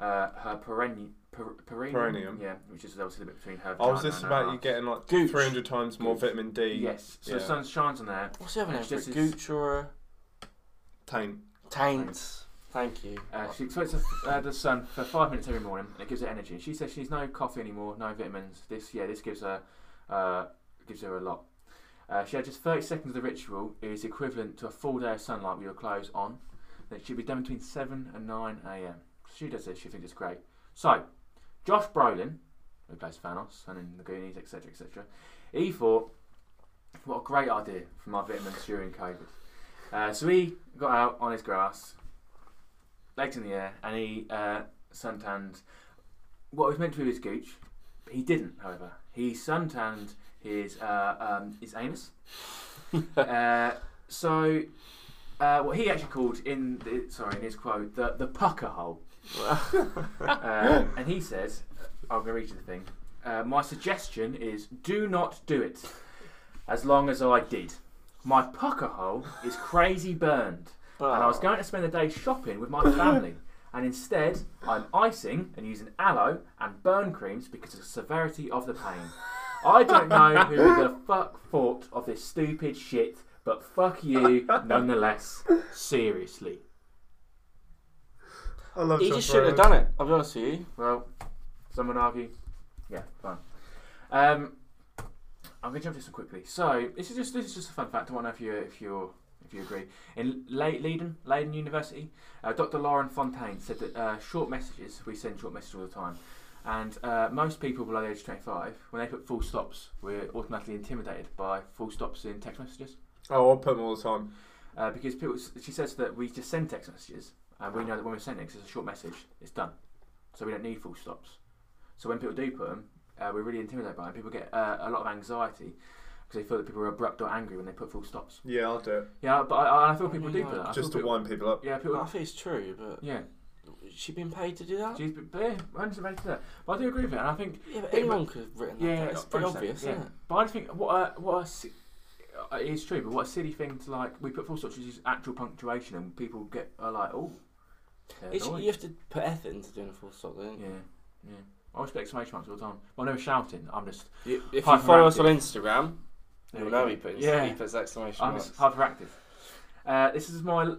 C: uh, her perenni- per- perennium,
B: Perennium.
C: Yeah, which is obviously the bit between her.
B: Oh, was
C: vagina
B: this
C: and her
B: about you
C: arse.
B: getting like
D: Gooch.
B: 300 times more
C: Gooch.
B: vitamin D?
C: Yes. So the
B: Yeah.
C: sun shines on there.
D: What's the other name?
C: It's
D: for it?
C: just his-
D: Gooch or a
B: Tame.
D: taint? Thank you.
C: Uh, she exposed uh, the sun for five minutes every morning, and it gives her energy. She says she needs no coffee anymore, no vitamins. This, yeah, this gives her, uh, gives her a lot. Uh, she had just 30 seconds of the ritual is equivalent to a full day of sunlight with your clothes on. That should be done between 7 and 9 a.m. She does this, she thinks it's great. So, Josh Brolin, who plays Thanos and in the Goonies, etc., etc., He thought, what a great idea for my vitamins during COVID. Uh, so he got out on his grass, legs in the air, and he uh, suntanned what was meant to be his gooch. He didn't, however. He suntanned his uh, um, his anus. uh, so, uh, what he actually called in the, sorry in his quote the the pucker hole. uh, and he says, "I'm going to read you the thing. Uh, my suggestion is do not do it. As long as I did, my pucker hole is crazy burned, and I was going to spend the day shopping with my family." And instead, I'm icing and using aloe and burn creams because of the severity of the pain. I don't know who the fuck thought of this stupid shit, but fuck you nonetheless. Seriously.
B: I love
E: He
B: John
E: just shouldn't have
B: Burrows.
E: done it. I'll be honest with you.
C: Well, some would argue. Yeah, fine. Um, I'm gonna jump to this one quickly. So this is just this is just a fun fact. I want to know if you if you if you agree. In Le- Leiden, Leiden University, uh, Dr. Lauren Fontaine said that uh, short messages we send short messages all the time, and uh, most people below the age of 25, when they put full stops, we're automatically intimidated by full stops in text messages
B: Oh, I'll put them all the time.
C: uh, because people. She says that we just send text messages, and we know that when we send it, 'cause it's a short message, it's done. So we don't need full stops. So when people do put them, uh, we're really intimidated by them. People get uh, a lot of anxiety because they feel that people are abrupt or angry when they put full stops.
B: Yeah, I'll do it.
C: Yeah, but I, I feel
E: I
C: people
E: mean,
C: do
E: like,
C: put that. I feel
B: Just to
C: people,
B: wind people up.
C: Yeah,
E: I
C: people.
E: think it's true, but
C: Yeah,
E: she been paid to do that?
C: she's but yeah, I understand that. But I do agree with it, and I think
E: Yeah, but
C: Yeah,
E: anyone could have written that.
C: Yeah,
E: down.
C: yeah,
E: it's pretty
C: I
E: obvious,
C: understand,
E: isn't it?
C: But I just think what a, what a si- uh, it's true, but what a silly thing to like. We put full stops as use actual punctuation, and people get are like, oh. they're
E: It's,
C: annoyed.
E: you have to put effort into doing a full stop, don't
C: Yeah,
E: you?
C: yeah. I always put exclamation marks all the time. Well, never shouting. I'm just,
E: You- If you
C: Hyperactive.
E: follow us on Instagram,
C: There
E: you'll
C: we
E: know
C: go.
E: he puts,
C: Yeah.
E: he puts exclamation
C: I'm
E: marks.
C: just hyperactive. Uh, this is my. l-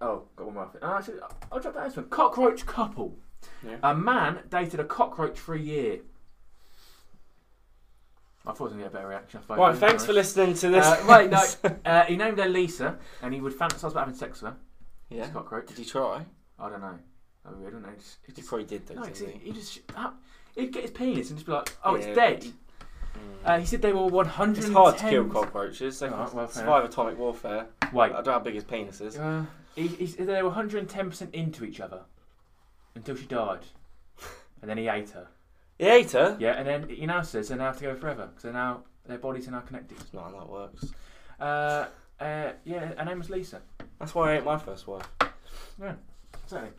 C: Oh, got one more. thing. Oh, actually, I'll drop down this one. Cockroach couple.
E: Yeah.
C: A man dated a cockroach for a year. I thought I was gonna get a better reaction. I suppose.
D: Right, thanks for
C: Uh,
D: listening to this.
C: wait, no. Uh, he named her Lisa, and he would fantasize about having sex with her.
E: [laughs] yeah.
C: This cockroach.
E: Did you try?
C: I don't know. That'd be weird, wouldn't it? It's- it's
E: He
C: just-
E: probably did, though,
C: No, 'cause
E: didn't
C: he,
E: he?
C: he just uh, he'd get his penis and just be like, "Oh,
E: Yeah.
C: it's dead."
E: Mm.
C: Uh, he said they were 110.
E: It's hard to kill cockroaches. They
C: Alright,
E: can
C: well, fair
E: survive atomic warfare. I
C: Wait,
E: don't know how big his penis is.
C: uh, he, he said they were 110 percent into each other until she died, and then he ate her.
E: He ate her.
C: Yeah, and then he now says they're now together forever because they're now their bodies are now connected.
E: No, that works.
C: Uh, uh, yeah, her name was Lisa.
E: That's why I ate my first wife.
C: Certainly.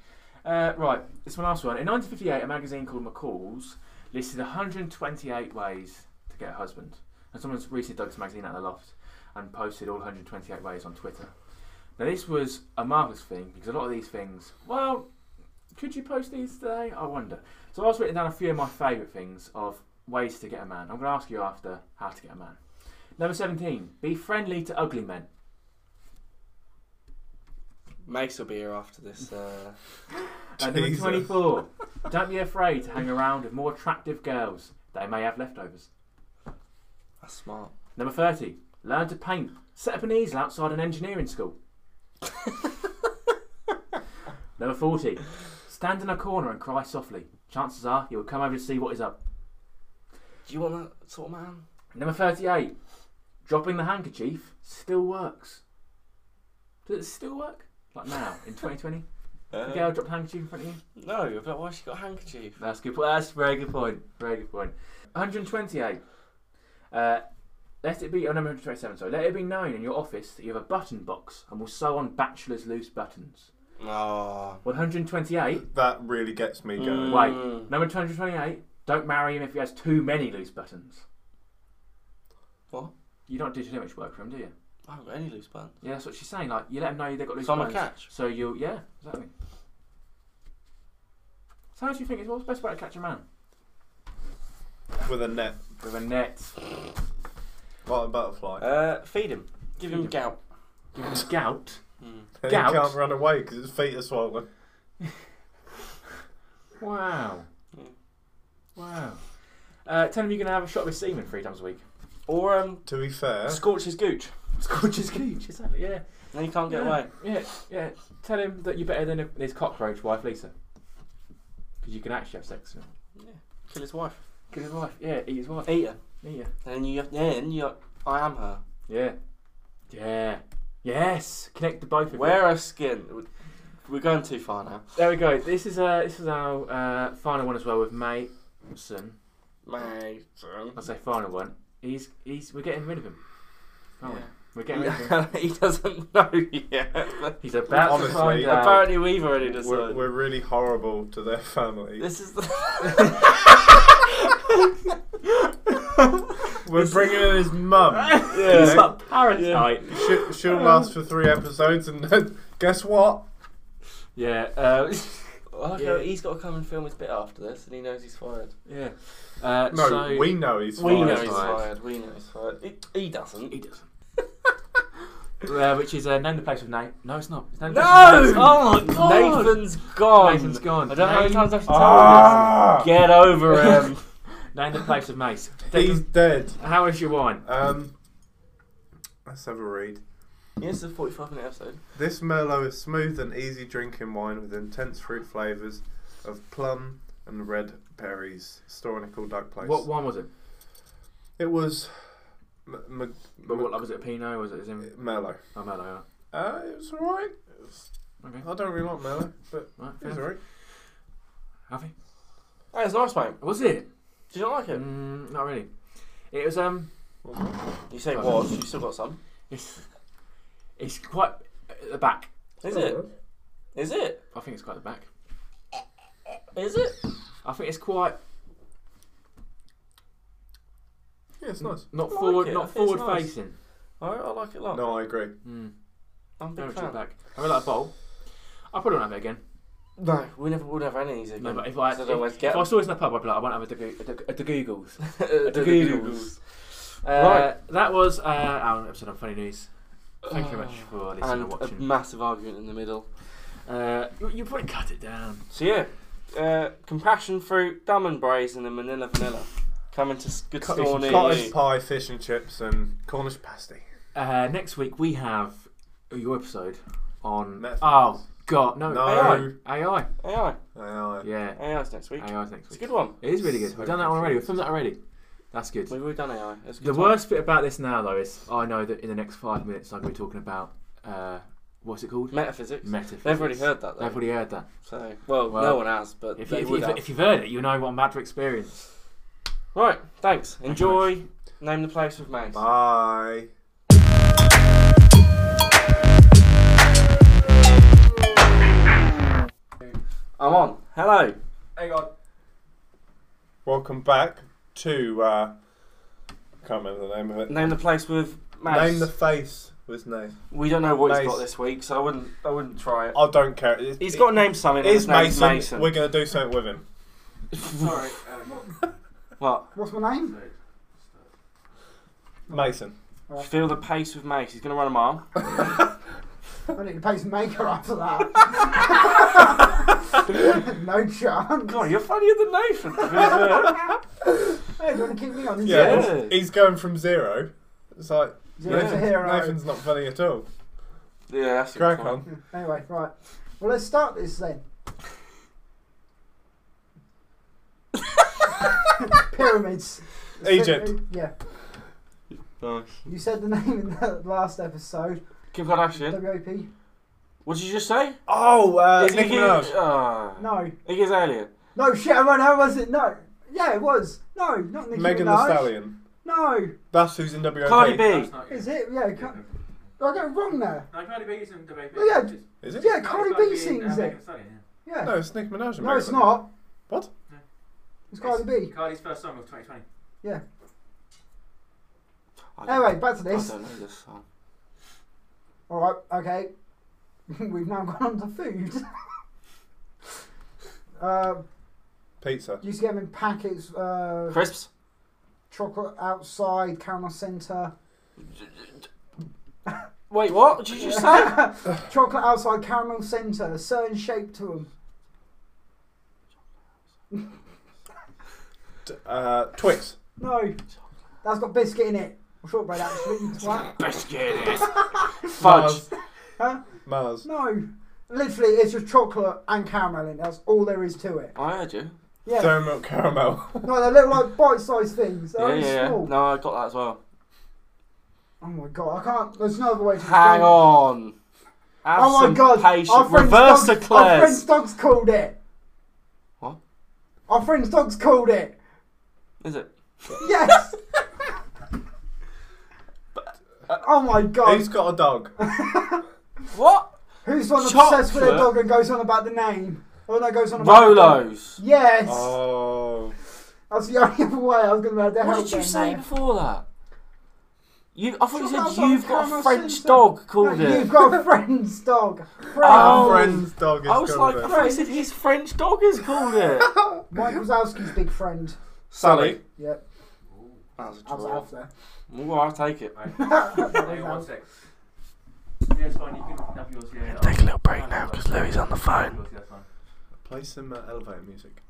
C: Uh, right, this one last one. In 1958, a magazine called McCall's listed 128 ways to get a husband. And someone's recently dug this magazine out of the loft and posted all 128 ways on Twitter. Now, this was a marvellous thing because a lot of these things, well, could you post these today? I wonder. So I was writing down a few of my favourite things of ways to get a man. I'm going to ask you after how to get a man. Number 17, be friendly to ugly men.
E: Mace will be here after this. Uh,
C: And number
B: Jesus.
C: 24. Don't be afraid to hang around with more attractive girls. They may have leftovers.
E: that's smart.
C: Number 30. Learn to paint. Set up an easel outside an engineering school. number 40. Stand in a corner and cry softly. Chances are he will come over to see what is up.
E: Do you want that sort of man?
C: Number 38. Dropping the handkerchief still works. Does it still work? Like now, in 2020?
D: Uh,
C: A girl dropped a handkerchief in front of you?
E: no, but why has she got a handkerchief?
C: That's good. po- That's a very good point. Very good point. 128. Uh, let it be. Oh, no, 127. Sorry. Let it be known in your office that you have a button box and will sew on bachelor's loose buttons.
E: Oh.
C: 128.
B: That really gets me going.
E: Mm.
C: Wait. Number 228. Don't marry him if he has too many loose buttons.
E: What?
C: You don't do too much work for him, do you?
E: I haven't got any loose buttons.
C: Yeah, that's what she's saying. Like, you let him know they've got loose
E: So I'm a
C: buttons.
E: catch.
C: So you'll, yeah, exactly. So how do you think it's what's the best way to catch a man?
B: With a net,
C: With a net.
B: like a butterfly.
E: Uh, feed him. Give him
C: Feed
E: gout.
C: Give him gout.
E: Mm.
B: And
C: gout.
B: It can't run away because its feet are swollen.
C: Wow.
E: Yeah.
C: Wow. Uh, tell him you're going to have a shot with semen three times a [laughs] week.
E: Or um,
B: To be fair,
E: scorch his gooch.
C: Scorches gooch, exactly, yeah.
E: Then he can't get
C: Yeah.
E: away.
C: Yeah, yeah. Tell him that you're better than his cockroach wife, Lisa. Because you can actually have sex with him.
E: Kill his wife.
C: Because his wife, yeah, eat his wife.
D: Eat her.
C: Eat her.
D: And then you, then you, I am her.
C: Yeah. Yeah. Yes. Connect the both of you.
D: Wear her skin. We're going too far now.
C: There we go. This is uh, this is our uh, final one as well with Mason. I
D: Mate.
C: say final one. He's he's we're getting rid of him. aren't we?
D: Yeah.
C: We're getting rid of [laughs] him.
D: [laughs] he doesn't know yet.
C: He's about
B: Honestly,
C: to find out.
D: [laughs] Apparently, we've already
B: We're,
D: decided.
B: we're really horrible to their [laughs] family.
D: this
C: [laughs]
D: is the. [laughs]
B: We're bringing in his
C: [laughs]
B: mum.
F: Yeah.
B: It's like
C: Parasite.
B: she, she'll last for three episodes, and then guess what?
C: Yeah. Uh, [laughs]
D: I like
C: Yeah.
D: how he's got to come and film his bit after this, and he knows he's fired.
C: yeah. Uh,
B: No,
C: so,
B: we know he's
C: we
B: fine.
C: know
D: He knows he's
C: fired.
D: fired. We know he's fired. He, he doesn't.
C: He doesn't. uh, which is uh, name the place with Nate. No, it's not. It's name the
D: No!
C: place with Nate.
D: Oh [laughs] my God! Nathan's gone.
C: Nathan's gone.
D: I don't know how many
C: Name-
D: times I have to tell
B: Ah!
D: you this. Get over him.
C: um, Name the place of Mace.
B: He's
C: Declan,
B: dead.
C: how is your wine?
B: Um, let's have a read.
D: yes, it's a 45 minute episode.
B: This Merlot is smooth and easy drinking wine with intense fruit flavours of plum and red berries. Stornical Duck Place.
C: What wine was it?
B: It was. M- m-
C: But what was it? A Pinot? Was it? Zim?
B: Merlot.
C: Oh, Merlot.
B: Uh, it was alright. It was-
C: yeah. Okay.
B: I don't really like Merlot, but
C: Right,
B: it
C: fair
B: was
C: enough.
B: alright.
C: Happy?
D: That was nice, mate.
C: Was it?
D: Did you not like it?
C: Mm, not really. It was um.
D: You say it was, you've still got some.
C: It's, it's quite at the back.
D: Is it? Is it?
C: I think it's quite at the back.
D: Is it?
C: I think it's quite
B: Yeah, it's nice.
C: not
D: I like
C: forward,
D: it. I
C: not
D: think it's
C: forward
D: nice.
C: facing.
D: I, I like it a
C: Oh.
D: lot.
B: No, I agree.
C: Mm,
D: I'm a big
C: very much at
D: fan.
C: the back. I really like a bowl. I probably won't have it again.
D: No, we never would have any of these again.
C: No, but if I,
D: So
C: if,
D: I don't always
C: if
D: get
C: I
D: [laughs]
C: saw this in the pub, I'd be like, I won't have a Dagoo- a Dag- a [laughs] Dagoogles.
D: the
C: the Googles. Uh, right. That was uh, our episode on funny news. Thank you very
D: [sighs]
C: much for listening and
D: And uh, mm. a
C: watching.
D: massive argument in the middle.
C: Uh, you, you probably cut it down.
D: So yeah, uh, compassion fruit, diamond braising, and manila vanilla. Coming to s- good
B: Cut-
D: store near
B: Cottage
D: you.
B: pie, fish and chips, and Cornish pasty.
C: Uh, next week we have your episode on.
B: Netflix.
C: Oh God, no,
B: No.
C: AI, AI,
B: Yeah,
D: AI,
B: yeah.
C: yeah,
D: AI's next week.
C: AI's next
D: It's
C: week.
D: a good one.
C: It is really good.
B: So
C: We've done that one already. We've filmed that already. That's good.
D: We've already done AI. It's a
C: The
D: good
C: worst bit about this now, though, is I know that in the next five minutes I'm going to be talking about uh, what's it called?
D: one. metaphysics.
C: Metaphysics.
D: They've already heard that. Though.
C: They've already heard that.
D: So well,
C: Well,
D: no one has, but
C: If, you, if,
D: they
C: you-
D: would
C: if,
D: have.
C: if you've heard it, you know what I'm about to experience.
D: Right. Thanks.
C: you
D: Enjoy. Name the place with Mace.
B: Bye.
D: I'm on. Hello.
C: Hang on.
B: Welcome back to. Uh, can't remember the name of it.
D: Name the place with Mace.
B: Name the face was name.
D: We don't know what he's
B: Mace.
D: got this week, so I wouldn't. I wouldn't try it.
B: I don't care. It's,
D: He's got to name something.
B: It
D: and
B: is
D: his name's
B: Mason.
D: Mason.
B: We're gonna do something with him.
C: [laughs]
G: Sorry. Um,
D: What?
G: what's my name?
B: Mason.
G: Right.
D: Feel the pace with Mace. He's gonna run a mile.
G: I need a pacemaker after that. no chance. [laughs]
D: God, you're funnier than Nathan. to be fair.
G: Hey, you want to keep me on?
B: Yeah.
G: Zero
D: Yeah.
B: He's going from zero. It's like
G: Zero
B: Nathan-
G: to hero.
B: Nathan's not funny at all.
D: [laughs] yeah, that's a
B: Crack
D: good point.
B: on.
G: Hmm. Anyway, right. Well, let's start this then. [laughs] Pyramids.
B: Egypt.
G: Yeah.
D: Nice.
G: You said the name in the last episode.
D: Kim Kardashian.
G: W.O.P.
D: What did you just say?
B: Oh, uh,
D: Is
B: Nicki
D: Iggy-
B: Minaj.
D: Ah.
G: No.
D: Iggy's alien.
G: No, shit, I went, how was it? No. Yeah, it was. No, not Nicki
B: Megan
G: Minaj.
B: Thee Stallion.
G: No.
B: That's who's in WOP.
D: Cardi B.
G: Is it? Yeah. Did I go wrong there?
C: No, Cardi B is in the baby.
G: Well, yeah,
B: Is it?
G: Yeah, Cardi B sings it. Yeah.
B: No, it's Nicki Minaj. and
G: No, it's
B: Megan.
G: not.
B: What?
G: It's Cardi B.
C: Cardi's first song of
G: [laughs]
C: 2020.
D: I don't-
G: Anyway, back to
D: I
G: this.
D: don't know this song.
G: Alright, okay. [laughs] We've now gone on to food. [laughs] uh,
B: Pizza.
G: used to get them in packets, uh,
D: Crisps. [laughs]
G: chocolate outside, caramel centre.
D: Wait, what? What did you just say?
G: Chocolate outside, caramel centre, a certain shape to them.
B: T- Uh, Twix.
G: No, that's got biscuit in it. Or shortbread actually. you
B: [laughs]
G: twat.
D: Biscuit. [laughs] Fudge.
B: Mars.
G: Huh?
B: Mars.
G: No, literally, it's just chocolate and caramel in it. That's all there is to it.
D: I heard you.
G: Yeah.
B: Dairy Milk Caramel. [laughs]
G: No, they're little like bite-sized things. They're
D: Yeah,
G: only
D: yeah, yeah.
G: small.
D: No, I got that as well.
G: Oh my god, I can't. There's no other way to
D: Hang
G: explain it.
D: on. Have
G: Oh my
D: some
G: god, our
D: patience.
G: friend's
D: Reverse
G: dog, Our friend's
D: eclairs.
G: dog's called it.
D: What?
G: Our friend's dog's called it.
D: Is it?
G: Yes. oh my god.
B: Who's got a
D: [laughs]
B: dog?
D: What?
G: Who's the one obsessed with their
D: Chocolate?
G: dog and goes on about the name? Oh no, goes on about the dog.
D: Rolos.
G: Yes.
D: Uh,
B: Oh.
G: That's the only other way I was going to be able to
D: What
G: help
D: did you
G: them
D: say
G: there.
D: before that? You, I thought you
G: Chocolate
D: said
G: on
D: you've got
G: caramel
D: a French
G: scissors.
D: dog called
G: No,
D: it.
G: You've
D: [laughs]
G: got a friend's dog. Friend.
D: Oh.
B: Our friend's dog is
D: I was like,
B: called
D: I
B: it.
D: thought you said his French dog is called [laughs] it.
G: Mike Wazowski's big friend.
B: Sally.
G: Yep,
D: That was a
G: I was
D: draw.
G: out there.
D: Well, I'll take it.
H: Hang on one sec. Yeah, it's fine. You can have yours. Yeah.
D: Take a little break now because Louis on the phone.
H: Yours, yeah, that's fine.
B: Play some uh, elevator music.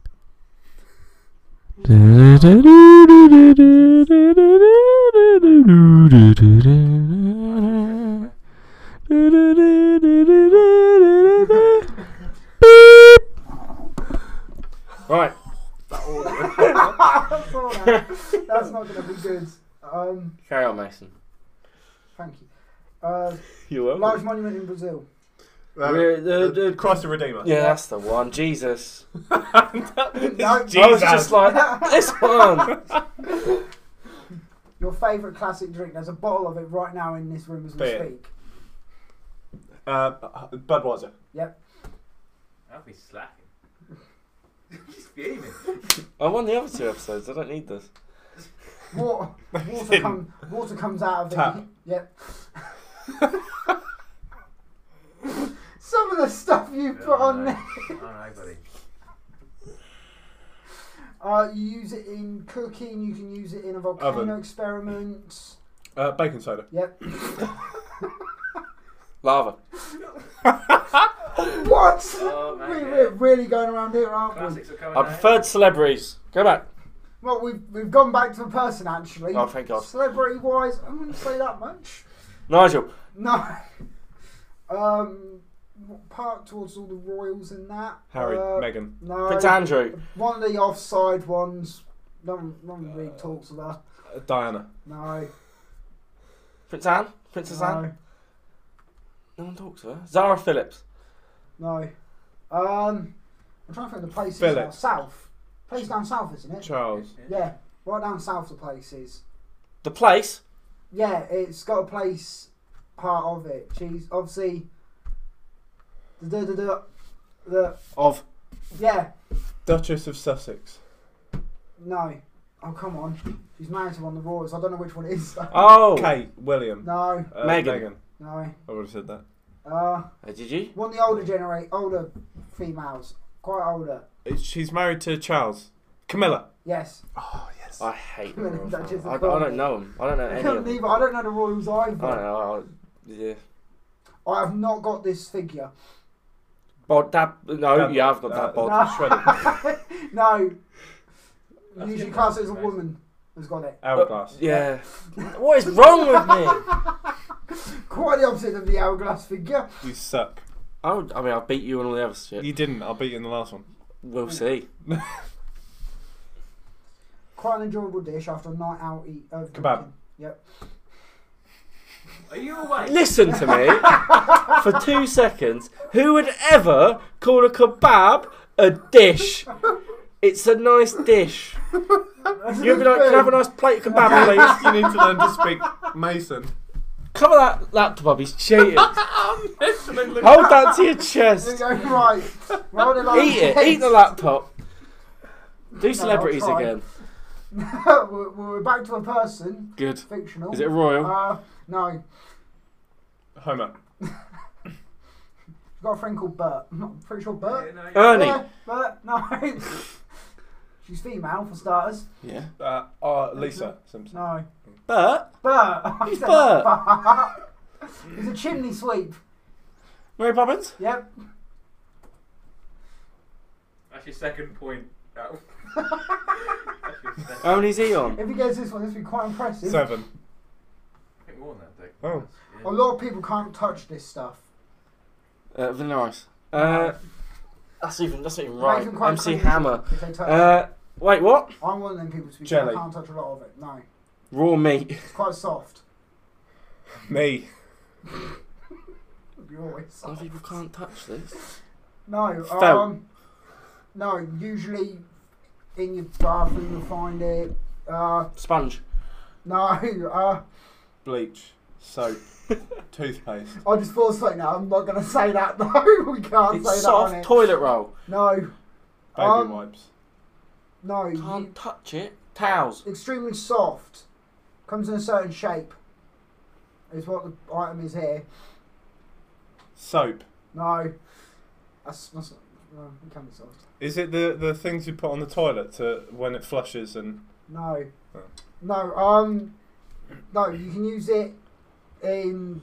C: Right.
G: I saw
B: [laughs]
G: that. That's not going to be good. Um,
D: Carry on, Mason.
G: thank you. Uh,
C: You're
G: large monument in
B: [laughs]
G: Brazil.
B: Uh,
C: We're-
B: the,
C: the- the-
B: Christ the Redeemer.
D: Yeah, that's the one. Jesus.
G: No,
D: I was just like, this one.
G: Your favourite classic drink. There's a bottle of it right now in this room as we
B: Beer.
G: speak.
B: Uh, Budweiser.
H: That'd be slacking. He's fuming.
D: I won the other two episodes. I don't need this.
B: [laughs]
G: Water, water, come, water comes out of
B: Tap.
G: it. Yep. Some of the stuff you put on there.
H: Alright, buddy.
G: Uh, you use it in cooking. You can use it in a volcano
B: Oven.
G: experiment.
B: Uh, baking soda.
G: Yep.
D: Lava.
G: What?
H: Oh, man,
G: we,
H: yeah.
G: We're really going around here, aren't we?
H: Classics are coming
D: I preferred celebrities. Go back.
G: Well, we've, we've gone back to a person actually.
D: Oh, thank God.
G: Celebrity wise, I wouldn't say that much.
D: Nigel.
G: No. [laughs] Um, park towards all the royals and that.
B: Harry.
G: Uh,
B: Meghan.
G: No.
D: Prince Andrew.
G: One of the offside ones. No one, no one really talks about.
B: Uh, Diana.
G: No.
D: Prince Anne. Princess Anne.
G: No.
D: No one talks to her. Zara Phillips.
G: No. Um, I'm trying to think of the places
B: Philip.
G: now. South. Place down south, isn't it?
B: Charles.
G: Yeah. Right down south, the place is.
D: The place.
G: Yeah, it's got a place part of it. She's obviously. The, the, the, the,
D: Of.
G: yeah.
B: Duchess of Sussex.
G: No. Oh, come on. She's married to one of the Royals. I don't know which one
D: [laughs]
G: it is. though.
D: Oh.
B: Kate. William.
G: No,
B: Uh,
D: Meghan.
G: no.
B: I would have said that.
G: Uh,
D: Uh, did you?
G: one of the older generate, older females. Quite older.
B: It's- She's married to Charles. Camilla.
G: Yes.
B: Oh, yes.
D: I hate the
G: Well,
D: royal
G: [laughs] that is
D: family.
G: the
D: I, I
G: problem.
D: don't know them. I don't know
G: [laughs] I
D: any of
G: couldn't
D: them.
G: either. I don't know the Royals either.
D: I don't know. I, yeah.
G: I have not got this figure.
D: Bod, that, no,
B: Dab-
D: you have got
B: uh,
D: that bod.
G: No.
B: Shredded.
G: No.
H: That's
G: Usually
H: good.
G: class it as a woman who's got it.
B: Hourglass.
D: Yeah. what is wrong with me?
G: Quite the opposite of the hourglass figure.
B: You suck.
D: I, would- I mean, I beat you and all the other shit.
B: You didn't. I'll beat you in the last one.
D: We'll see.
G: Quite an enjoyable dish after a night out eat. Uh,
B: Kebab.
G: Yep.
H: Are you awake?
D: Listen to me for two seconds. Who would ever call a kebab a dish? It's a nice dish.
G: [laughs]
D: You'd be like, can I have a nice plate of kebab, please?
B: you need to learn to speak Mason.
D: Cover that laptop up, he's
G: [laughs]
D: cheating. Hold that to your
G: There you
D: chest.
G: go. Right. Roll it like
D: Eat it,
G: this.
D: eat the laptop. Do celebrities
G: try.
D: again.
G: [laughs] we're, we're back to a person.
D: Good.
G: Fictional.
D: Is it royal?
G: Uh, no. We've
B: Homer.
G: got a friend called Bert. I'm not pretty sure Bert.
D: Ernie.
G: Yeah, Bert. No. [laughs] She's female for starters.
D: Yeah.
B: Uh, uh, Lisa Simpson.
G: No.
D: But
G: Bert. [laughs]
D: Who's
G: I said
D: Bert?
G: Bert. [laughs] He's a chimney sweep.
D: Mary Poppins?
G: Yep.
H: That's your second point. Oh. That's your second.
D: How many's he on?
G: If he gets this one, this would be quite impressive.
B: Seven.
H: I think we're on that, Dick.
B: Oh.
G: A lot of people can't touch this stuff.
D: Uh, vanilla ice. Uh, That's even that's not even
G: They
D: right.
G: can quite
D: MC
G: cringe
D: Hammer.
G: If they touch it.
D: Uh, wait, what?
G: I'm one of them people to be
B: Jelly.
G: I can't touch a lot of it. No,
D: Raw meat.
G: it's quite soft.
B: Me.
G: You're always
D: Some
G: soft.
D: people can't touch this.
G: No,
D: Felt.
G: um, no. Usually, in your bathroom you'll find it. Uh,
D: Sponge.
G: no, [laughs] uh,
B: Bleach.
H: [laughs]
B: Soap. toothpaste.
G: I just thought something. Now I'm not gonna say that [laughs] though. we can't say
D: It's
G: that on
D: soft
G: it.
D: toilet roll.
G: no,
B: Baby
G: Um,
B: wipes.
G: no. you-
D: Can't touch it. Towels.
G: extremely soft. Comes in a certain shape. Is what the item is here.
B: Soap.
G: No, that's, that's no, it can be soft.
B: Is it the, the things you put on the toilet to when it flushes and
G: No.
B: Oh.
G: No, um no, you can use it in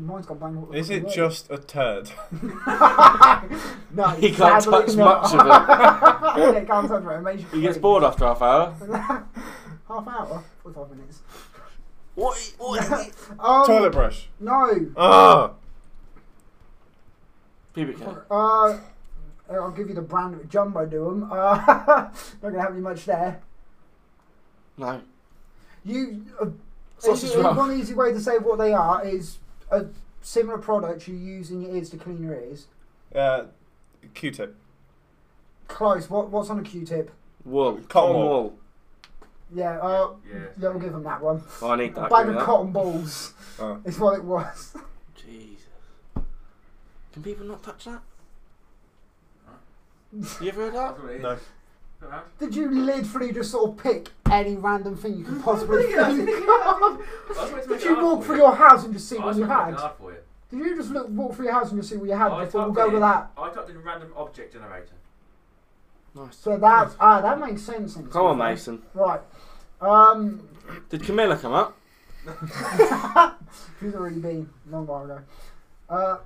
G: Mine's gone blank. What the
B: is
G: fuck
B: it just a turd?
G: [laughs] no,
D: He can't
G: sadly
D: touch
G: not. [laughs]
D: much of it.
G: yeah, can't touch it. it. makes you
D: He gets
G: cringe.
D: bored after half hour.
G: [laughs] Half hour, forty-five minutes.
D: What? What? is it?
G: [laughs]
B: [laughs]
G: Um,
B: toilet brush.
G: No,
B: Ah.
D: Pubic hair.
G: uh, I'll give you the brand of Jumbo do 'em. Uh, [laughs] not gonna help you much there.
D: No.
G: You uh,
D: Sausage
G: easy-
D: roll.
G: one easy way to say what they are is a similar product you use in your ears to clean your ears.
B: Uh, Q-tip.
G: Close. What what's on a Q-tip?
D: Wool.
B: Cotton
D: Cotton
B: wool.
D: wool.
G: Yeah. Uh,
C: Yeah.
G: yeah. We'll give them that one.
D: Oh, I need
G: a
D: that.
G: bag
D: give
G: of
D: me that.
G: cotton balls
B: Oh.
G: is what it was. [laughs]
D: Jesus. Can people not touch that? You ever heard that?
C: That's what it is.
B: No.
C: Don't know.
G: Did you literally just sort of pick any random thing
C: [laughs]
G: you could [laughs] possibly think?
C: I was meant to
G: [laughs] Did
C: make
G: you
C: an
G: walk
C: art
G: through
C: for you.
G: your house and just see
C: Oh, I
G: what
C: was
G: you
C: meant to make
G: had?
C: an art for you.
G: Did you just look, walk through your house and just see what you had
C: I
G: before we
C: typed
G: go
C: it
G: to
C: in-
G: that?
C: I typed in random object generator.
D: [laughs] Nice.
G: So that ah, that makes sense. in
D: Come on,
G: some way.
D: Mason.
G: Right. Um,
D: Did Camilla come up?
G: Who's already been a long while ago. Uh,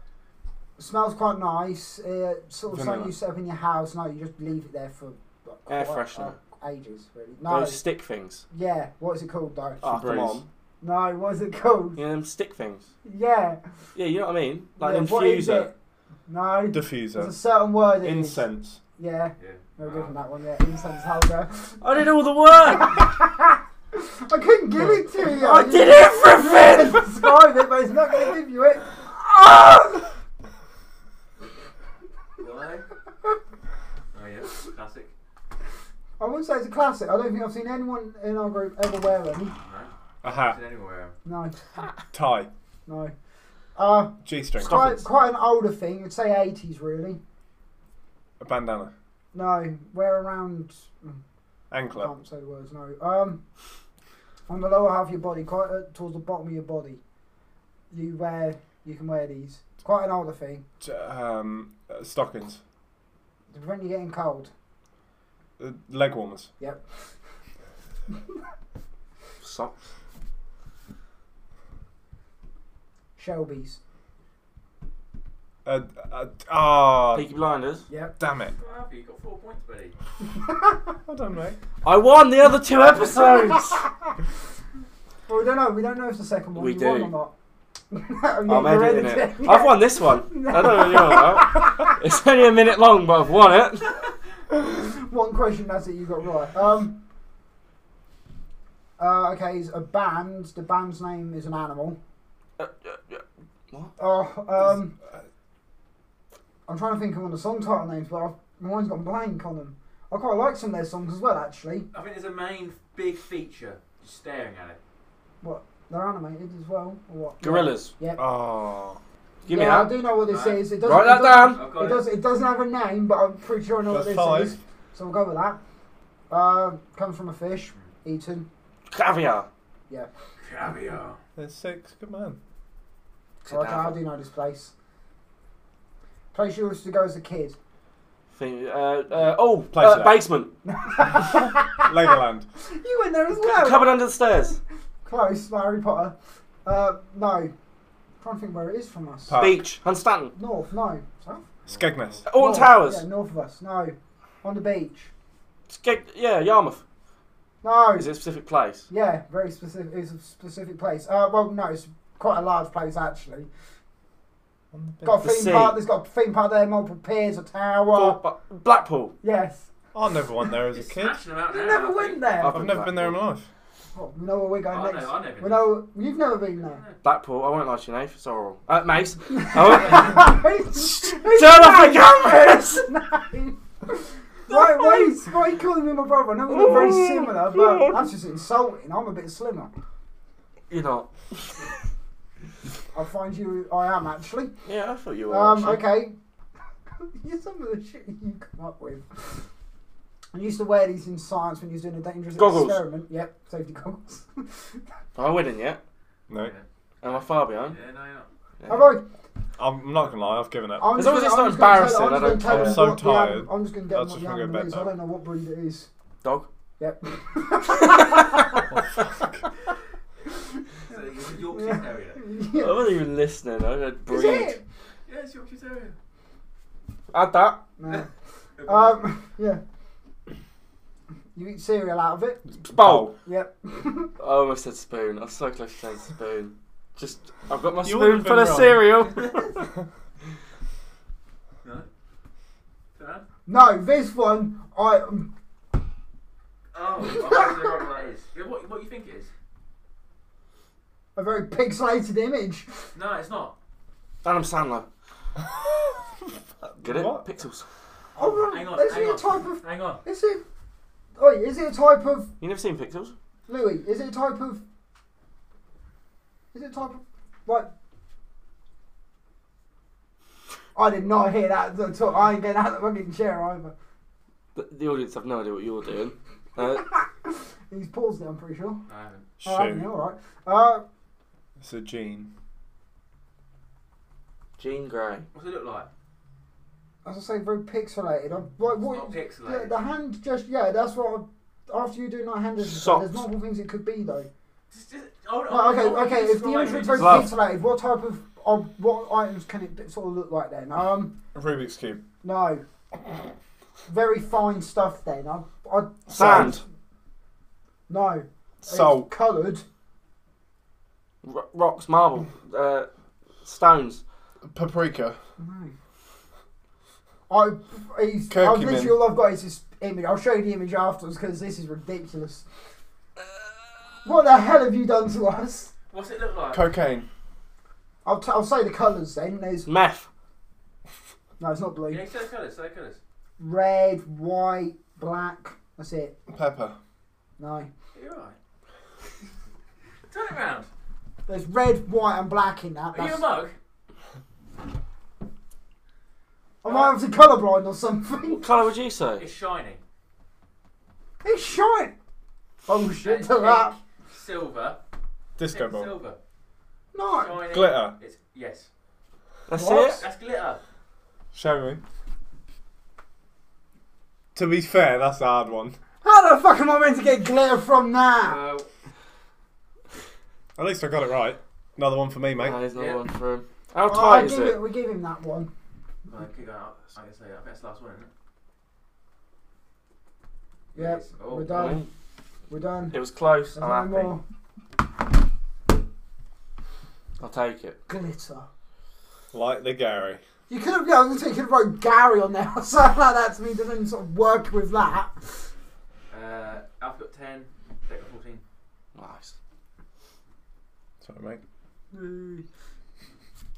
G: smells quite nice. Uh, sort of something
B: Vanilla.
G: you set up in your house. No, you just leave it there for like,
D: Air
G: quite,
D: freshener.
G: uh, ages, really. No. Ah,
D: Those stick things.
G: Yeah. What is it called though?
D: Oh, come
B: Febreze.
D: on.
G: No. What is it called?
D: You know them stick things.
G: Yeah.
D: Yeah, you know what I mean? Like
G: yeah,
D: an
G: what is
D: infuser.
G: it? No. There's a
B: Diffuser.
G: certain word. it is.
B: Incense.
G: Yeah.
C: Yeah.
G: No
C: Ah.
G: good from that one. Yeah. Incense holder.
D: I did all the
G: [laughs]
D: work!
G: I couldn't give it to you.
D: I
G: You
D: did everything!
G: Describe it, but [laughs] it's not going to give you it.
C: Why? Oh yeah, classic.
G: I wouldn't say it's a classic. I don't think I've seen anyone in our group ever wear them.
C: No,
B: A
C: it's
B: hat.
C: in anywhere.
G: No.
B: Tie.
G: No. Uh,
B: G-string.
G: quite, quite an older thing. I'd say 80s, really.
B: A bandana.
G: No, wear around. I
B: Anklet.
G: can't say the words. No. Um, on the lower half of your body, quite uh, towards the bottom of your body, you wear. You can wear these. It's quite an older thing
B: J- Um, uh, stockings.
G: to prevent you getting cold.
B: Uh, leg warmers.
D: Socks.
G: Shelby's.
B: Uh, uh, ah,
D: Peaky Blinders.
G: Yep.
B: damn it.
C: Happy, you got four points, buddy.
B: I don't know.
D: I won the other two
G: [laughs]
D: episodes!
G: Well, we don't know. We don't know if the second one
D: We
G: you won
D: do.
G: or not. [laughs] I'm
D: I'm editing it.
G: editing.
D: I've won this
G: [laughs]
D: one. I don't know what you're on about. It's only a minute long, but I've won it.
G: One question that's it you got right. Um. Uh, okay, it's a band. The band's name is an animal. Oh, um, I'm trying to think of one of the song title names, but I've, my mind's gone blank on them. I quite like some of their songs as well, actually.
C: I think there's a main big feature. Just staring at it.
G: They're animated as well, or what?
D: Gorillas.
B: Oh.
D: Give me
G: yeah, I
D: that.
G: do know what this
C: Right.
G: is. It doesn't,
D: Write
G: it
D: that
G: doesn't-
D: down.
C: I've
G: It
C: got it.
G: does. It doesn't have a name, but I'm pretty sure I know what
B: That's
G: this
B: five.
G: is. So we'll go with that. Uh, comes from a fish, E eaten.
D: Caviar.
C: Caviar.
B: There's six. Good man.
G: Okay, I do know this place. Place you used to go as a kid.
D: Thing, uh, uh, oh,
B: Place
D: uh,
B: that.
D: basement.
B: Legoland.
G: You went there as well.
D: Cupboard under the stairs.
G: Close, Harry Potter. Uh, no. trying to think where it is from us.
B: Park.
D: Beach. Hunstanton.
G: North, no. South?
B: Skegness.
D: Orton
G: North,
D: Towers.
G: Yeah, north of us. No. On the beach.
D: Skeg- yeah, Yarmouth.
G: No.
D: Is it a specific place?
G: Yeah, very specific. It's a specific place. Uh, well, no, it's quite a large place actually.
B: On the
G: Got a
B: bed.
D: The
G: theme
D: sea.
G: park. There's got a theme park there. Multiple piers, a tower.
D: Well, Blackpool.
G: Yes.
B: I never went there as a kid.
C: Smashing them out
G: You
C: now,
G: never
C: I
G: went
C: think. Oh,
G: there.
B: I've never been there in my life.
G: Well, we know where we're going
C: I
G: next.
C: know, I never
G: we
C: did.
G: know you've never been there.
D: Blackpool. I won't lie to you, Nath. It's oral. Uh, Mace. I won't-
G: [laughs] Turn
D: Turn off the cameras!
G: Why, why, are you, why are you calling me my brother? I know we're not very
D: Oh,
G: similar, but that's just insulting. I'm a bit slimmer.
D: You're not.
G: I find you, I am actually.
D: Yeah, I thought you were.
G: Um,
D: Oh, actually.
G: okay. [laughs] you some of the shit you come up with. I used to wear these in science when you was doing a dangerous
D: Goggles.
G: experiment. Yep, safety goggles. [laughs]
D: Am I winning yet?
B: No,
D: Am I far
C: Yeah,
D: behind?
C: no, you're not.
G: Have I?
B: I'm not gonna lie. I've given up.
G: I'm
D: As
G: just
D: long as it's
G: gonna-
D: not
G: I'm just
D: embarrassing,
G: gonna tell-
D: I don't
G: I'm just
B: care.
G: gonna tell
B: I'm so
G: you what the
B: tired.
G: am- I'm just going to
B: I
G: get what
B: just
G: the
B: wanna go
G: animal
B: back
G: is.
B: now.
G: I don't know what breed it
D: [laughs]
G: is.
D: Dog.
G: Yep.
C: So it's a Yorkshire
G: [laughs]
C: Terrier.
D: I
G: yeah.
D: wasn't even listening. I said
G: Is
D: breed.
G: it?
C: Yeah, it's Yorkshire Terrier.
D: Add that.
G: No. [laughs] Um, [laughs] yeah. You eat cereal out of it?
D: Bowl.
G: Yep.
D: I almost said spoon. I was so close to saying spoon. Just, I've got my
B: You would've
D: spoon full
B: been
D: of
B: wrong.
D: cereal.
C: No. Dunno.
G: No, this one, I. um,
C: Oh, I don't know what that is. Yeah, What, what do you think it is?
G: A very pixelated image.
C: No, it's not.
D: [laughs] Adam Sandler. Get it?
B: What?
D: Pixels.
G: Oh,
C: Hang on,
G: is
C: hang
G: it a
C: on.
G: type of.
C: Hang on.
G: Is it. Wait, is it a type of.
D: You never seen Pixels?
G: Louis, is it a type of. Is it a type of. Like. I did not hear that at all. I ain't getting out of the fucking chair either.
D: The, the audience have no idea what you're doing. Uh,
G: He's paused it, I'm pretty sure.
C: No, I haven't.
G: Oh, haven't you?
B: Shoot.
G: alright. Uh,
B: It's a gene.
D: Jean Grey.
C: What's it look like?
G: as I say, very pixelated. I'm, like,
C: It's
G: what,
C: not
G: the,
C: pixelated.
G: the hand just yeah, that's what. I, after you do night hand gesture,
D: Socks.
G: there's multiple things it could be though.
C: Just- just- hold on,
G: No,
C: hold
G: okay,
C: on,
G: okay. If the
C: describe
G: image
C: it.
G: looks very
D: Glove.
G: pixelated, what type of, of what items can it sort of look like then? Um,
B: Rubik's cube.
G: no, very fine stuff then. I, I
D: Sand.
G: no.
B: Salt.
G: coloured.
D: R- rocks, marble, uh, stones.
B: Paprika.
G: No. I, he's, I've
B: Curcumin.
G: literally all I've got is this image. I'll show you the image afterwards because this is ridiculous.
C: Uh.
G: What the hell have you done to us?
C: What's it look like?
B: Cocaine.
G: I'll, t- I'll say the colours then. There's
D: Meth.
G: no, it's not blue.
C: Yeah, say the colours, say the colours.
G: Red, white, black. That's it.
B: Pepper.
G: No,
C: Are you alright? [laughs] Turn it round.
G: there's red, white, and black in that.
C: Are you a
G: That's,
C: mug?
G: am I obviously colourblind or something? [laughs]
D: What colour would you say?
C: It's shiny.
G: It's shine. Oh
C: And
G: shit
C: it's
G: to that.
C: pink, Silver.
B: Disco
C: Pink,
B: ball.
C: silver.
G: No,
C: Shiny.
B: Glitter.
C: It's yes.
D: That's
G: What?
D: it?
C: That's glitter.
B: Show me. To be fair, that's a hard one.
G: how the fuck am I meant to get glitter from that?
C: Uh,
B: At least I got it right. Another one for me, mate.
D: No, there's no
C: Yeah.
D: one for him. Uh, How
G: Oh,
D: tight
G: I
D: is
G: give
D: it?
G: We give him that one.
C: right, keep going. I guess later. I think that's the last one, isn't it?
G: Yep,
C: Yes. Oh,
G: we're done. We're done.
D: It was close.
G: There's
D: I'm
G: no
D: happy.
G: more
D: I'll take it.
G: glitter.
B: Like the Gary.
G: You could have, yeah, I was gonna say you could have wrote Gary on there [laughs] or something like that to me. Doesn't sort of work with that.
C: Uh, I've got ten. They've got fourteen.
D: Nice.
B: Sorry, mate.
D: Mm.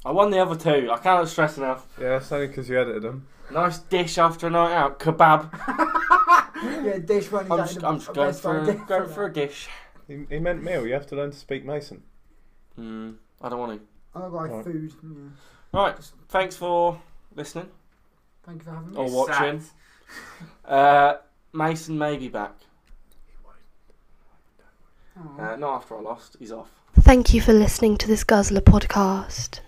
D: I won the other two. I cannot stress enough.
B: Yeah, it's only because you edited them.
D: Nice dish after a night out. Kebab.
G: Yeah, dish running
D: I'm just, I'm just going for a, going for a dish.
B: He, he meant meal. You have to learn to speak Mason.
D: Hmm. I don't want to.
G: I don't like
B: Right.
G: food. Yeah.
D: Right. Thanks for listening
G: Thank you for having me.
D: or
C: It's
D: watching.
C: sad.
D: Uh, Mason may be back.
G: Aw.
D: Uh, not after I lost. He's off.
A: Thank you for listening to this Guzzler podcast.